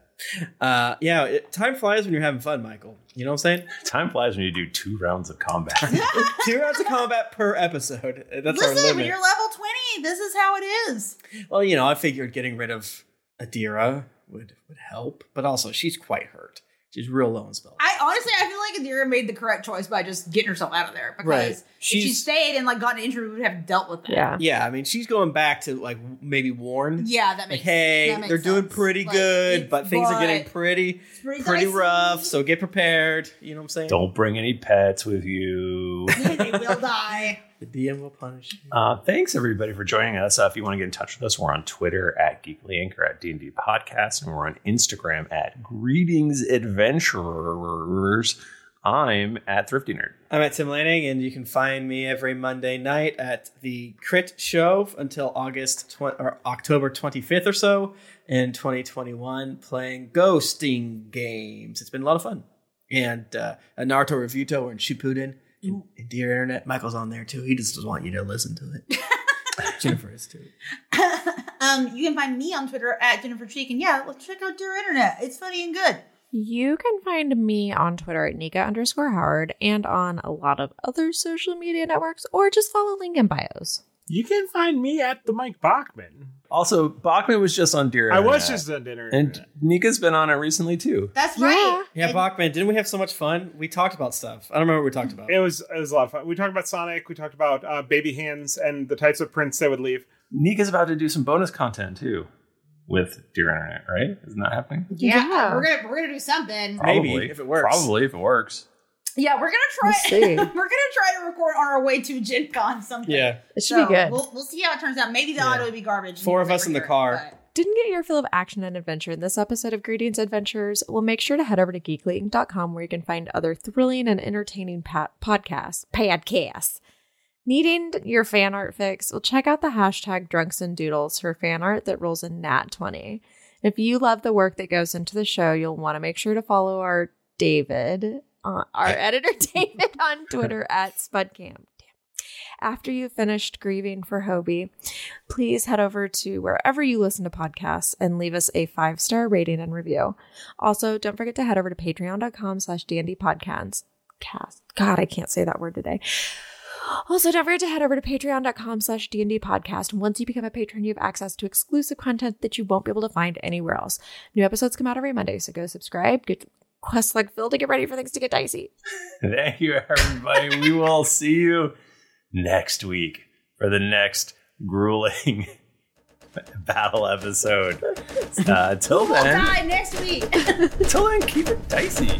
[SPEAKER 5] Uh, yeah, it, time flies when you're having fun, Michael. You know what I'm saying?
[SPEAKER 1] Time flies when you do two rounds of combat.
[SPEAKER 5] Two rounds of combat per episode. Uh, That's our
[SPEAKER 2] Listen,
[SPEAKER 5] limit.
[SPEAKER 2] when you're level 20, this is how it is.
[SPEAKER 5] Well, you know, I figured getting rid of Adira would would help, but also she's quite hurt. She's real low in spells.
[SPEAKER 2] I honestly, I feel like Adira made the correct choice by just getting herself out of there because
[SPEAKER 5] Right.
[SPEAKER 2] if she
[SPEAKER 5] She's-
[SPEAKER 2] stayed and like got an injury, we would have dealt with that.
[SPEAKER 5] yeah. I mean, she's going back to like maybe Warren.
[SPEAKER 2] Yeah, that
[SPEAKER 5] like,
[SPEAKER 2] makes-
[SPEAKER 5] hey,
[SPEAKER 2] that makes
[SPEAKER 5] they're doing
[SPEAKER 2] sense.
[SPEAKER 5] pretty
[SPEAKER 2] Like,
[SPEAKER 5] good,
[SPEAKER 2] it's-
[SPEAKER 5] but things are getting
[SPEAKER 2] but-
[SPEAKER 5] pretty
[SPEAKER 2] pretty
[SPEAKER 5] pretty,
[SPEAKER 2] dicey.
[SPEAKER 5] rough. So get prepared. You know what I'm saying?
[SPEAKER 1] Don't bring any pets with you.
[SPEAKER 2] they will die.
[SPEAKER 5] The DM will punish you.
[SPEAKER 1] Uh, thanks everybody for joining us. Uh, if you want to get in touch with us, we're on Twitter at Geekly Inc. or at D&D Podcast, and we're on Instagram at Greetings Adventurers. I'm at Thrifty Nerd.
[SPEAKER 5] I'm at Tim Lanning, and you can find me every Monday night at the Crit Show until August tw- or October 25th or so in 2021, playing ghosting games. It's been a lot of fun. And uh, a Naruto review tour in Shippuden. And, and dear internet, Michael's on there too. He just doesn't want you to listen to it. Jennifer is too.
[SPEAKER 2] um, you can find me on Twitter at Jennifer Cheek, and yeah, well, check out Dear Internet. It's funny and good.
[SPEAKER 3] You can find me on Twitter at Nika underscore Howard and on a lot of other social media networks or just follow link in bios.
[SPEAKER 4] You can find me at the Mike Bachman.
[SPEAKER 5] Also, Bachman was just on Dear.
[SPEAKER 4] I was
[SPEAKER 5] Internet.
[SPEAKER 4] just on dinner.
[SPEAKER 5] And Nika's been on it recently too.
[SPEAKER 2] That's right.
[SPEAKER 5] Yeah, Bachman, didn't we have so much fun? We talked about stuff. I don't remember what we talked about.
[SPEAKER 4] It was it was a lot of fun. We talked about Sonic. We talked about uh, baby hands and the types of prints they would leave.
[SPEAKER 8] Nika's about to do some bonus content too with Dear Internet, right? Isn't that happening?
[SPEAKER 2] Yeah, we're gonna we're gonna do something.
[SPEAKER 8] Probably, Probably if it works.
[SPEAKER 2] Yeah, we're gonna try.
[SPEAKER 8] We'll see.
[SPEAKER 2] we're gonna try to record on our way to Gen Con something.
[SPEAKER 5] Yeah.
[SPEAKER 3] It should be good.
[SPEAKER 2] We'll, we'll see how it turns out. Maybe the
[SPEAKER 3] Yeah.
[SPEAKER 2] audio will be garbage.
[SPEAKER 3] Didn't get your fill of action and adventure in this episode of Greetings Adventures? Well, make sure to head over to geeklyinc.com where you can find other thrilling and entertaining pa- podcasts. Podcasts. Needing your fan art fix? Well, check out the hashtag Drunks and Doodles for fan art that rolls a nat 20. If you love the work that goes into the show, you'll want to make sure to follow our David, uh, our editor David on Twitter at Spudcamp after you've finished grieving for Hobie, please head over to wherever you listen to podcasts and leave us a five star rating and review. Also, don't forget to head over to patreon.com slash dandy podcasts. Cast. God, I can't say that word today. Also, don't forget to head over to patreon.com slash DND podcast. Once you become a patron, you have access to exclusive content that you won't be able to find anywhere else. New episodes come out every Monday, so go subscribe. Get quests like Phil to get ready for things to get dicey.
[SPEAKER 8] Thank you, everybody. we will see you next week for the next grueling battle episode. Uh, till
[SPEAKER 2] We'll
[SPEAKER 8] then,
[SPEAKER 2] die next week.
[SPEAKER 8] till then, keep it dicey.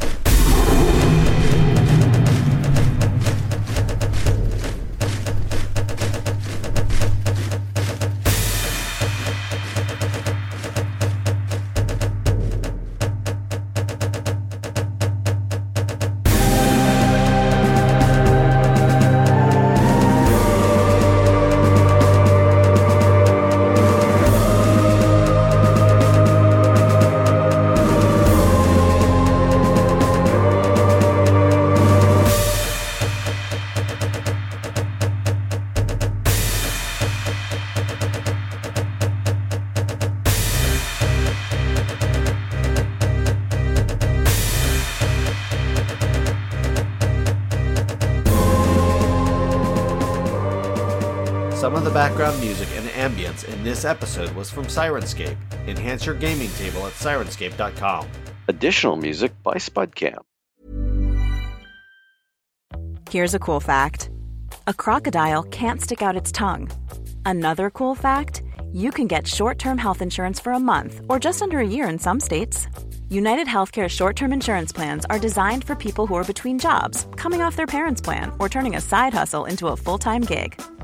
[SPEAKER 9] Some of the background music and ambience in this episode was from Sirenscape. Enhance your gaming table at sirenscape.com.
[SPEAKER 10] Additional music by Spudcamp.
[SPEAKER 11] Here's a cool fact a crocodile can't stick out its tongue. Another cool fact you can get short term health insurance for a month or just under a year in some states. United Healthcare short term insurance plans are designed for people who are between jobs, coming off their parents' plan, or turning a side hustle into a full time gig.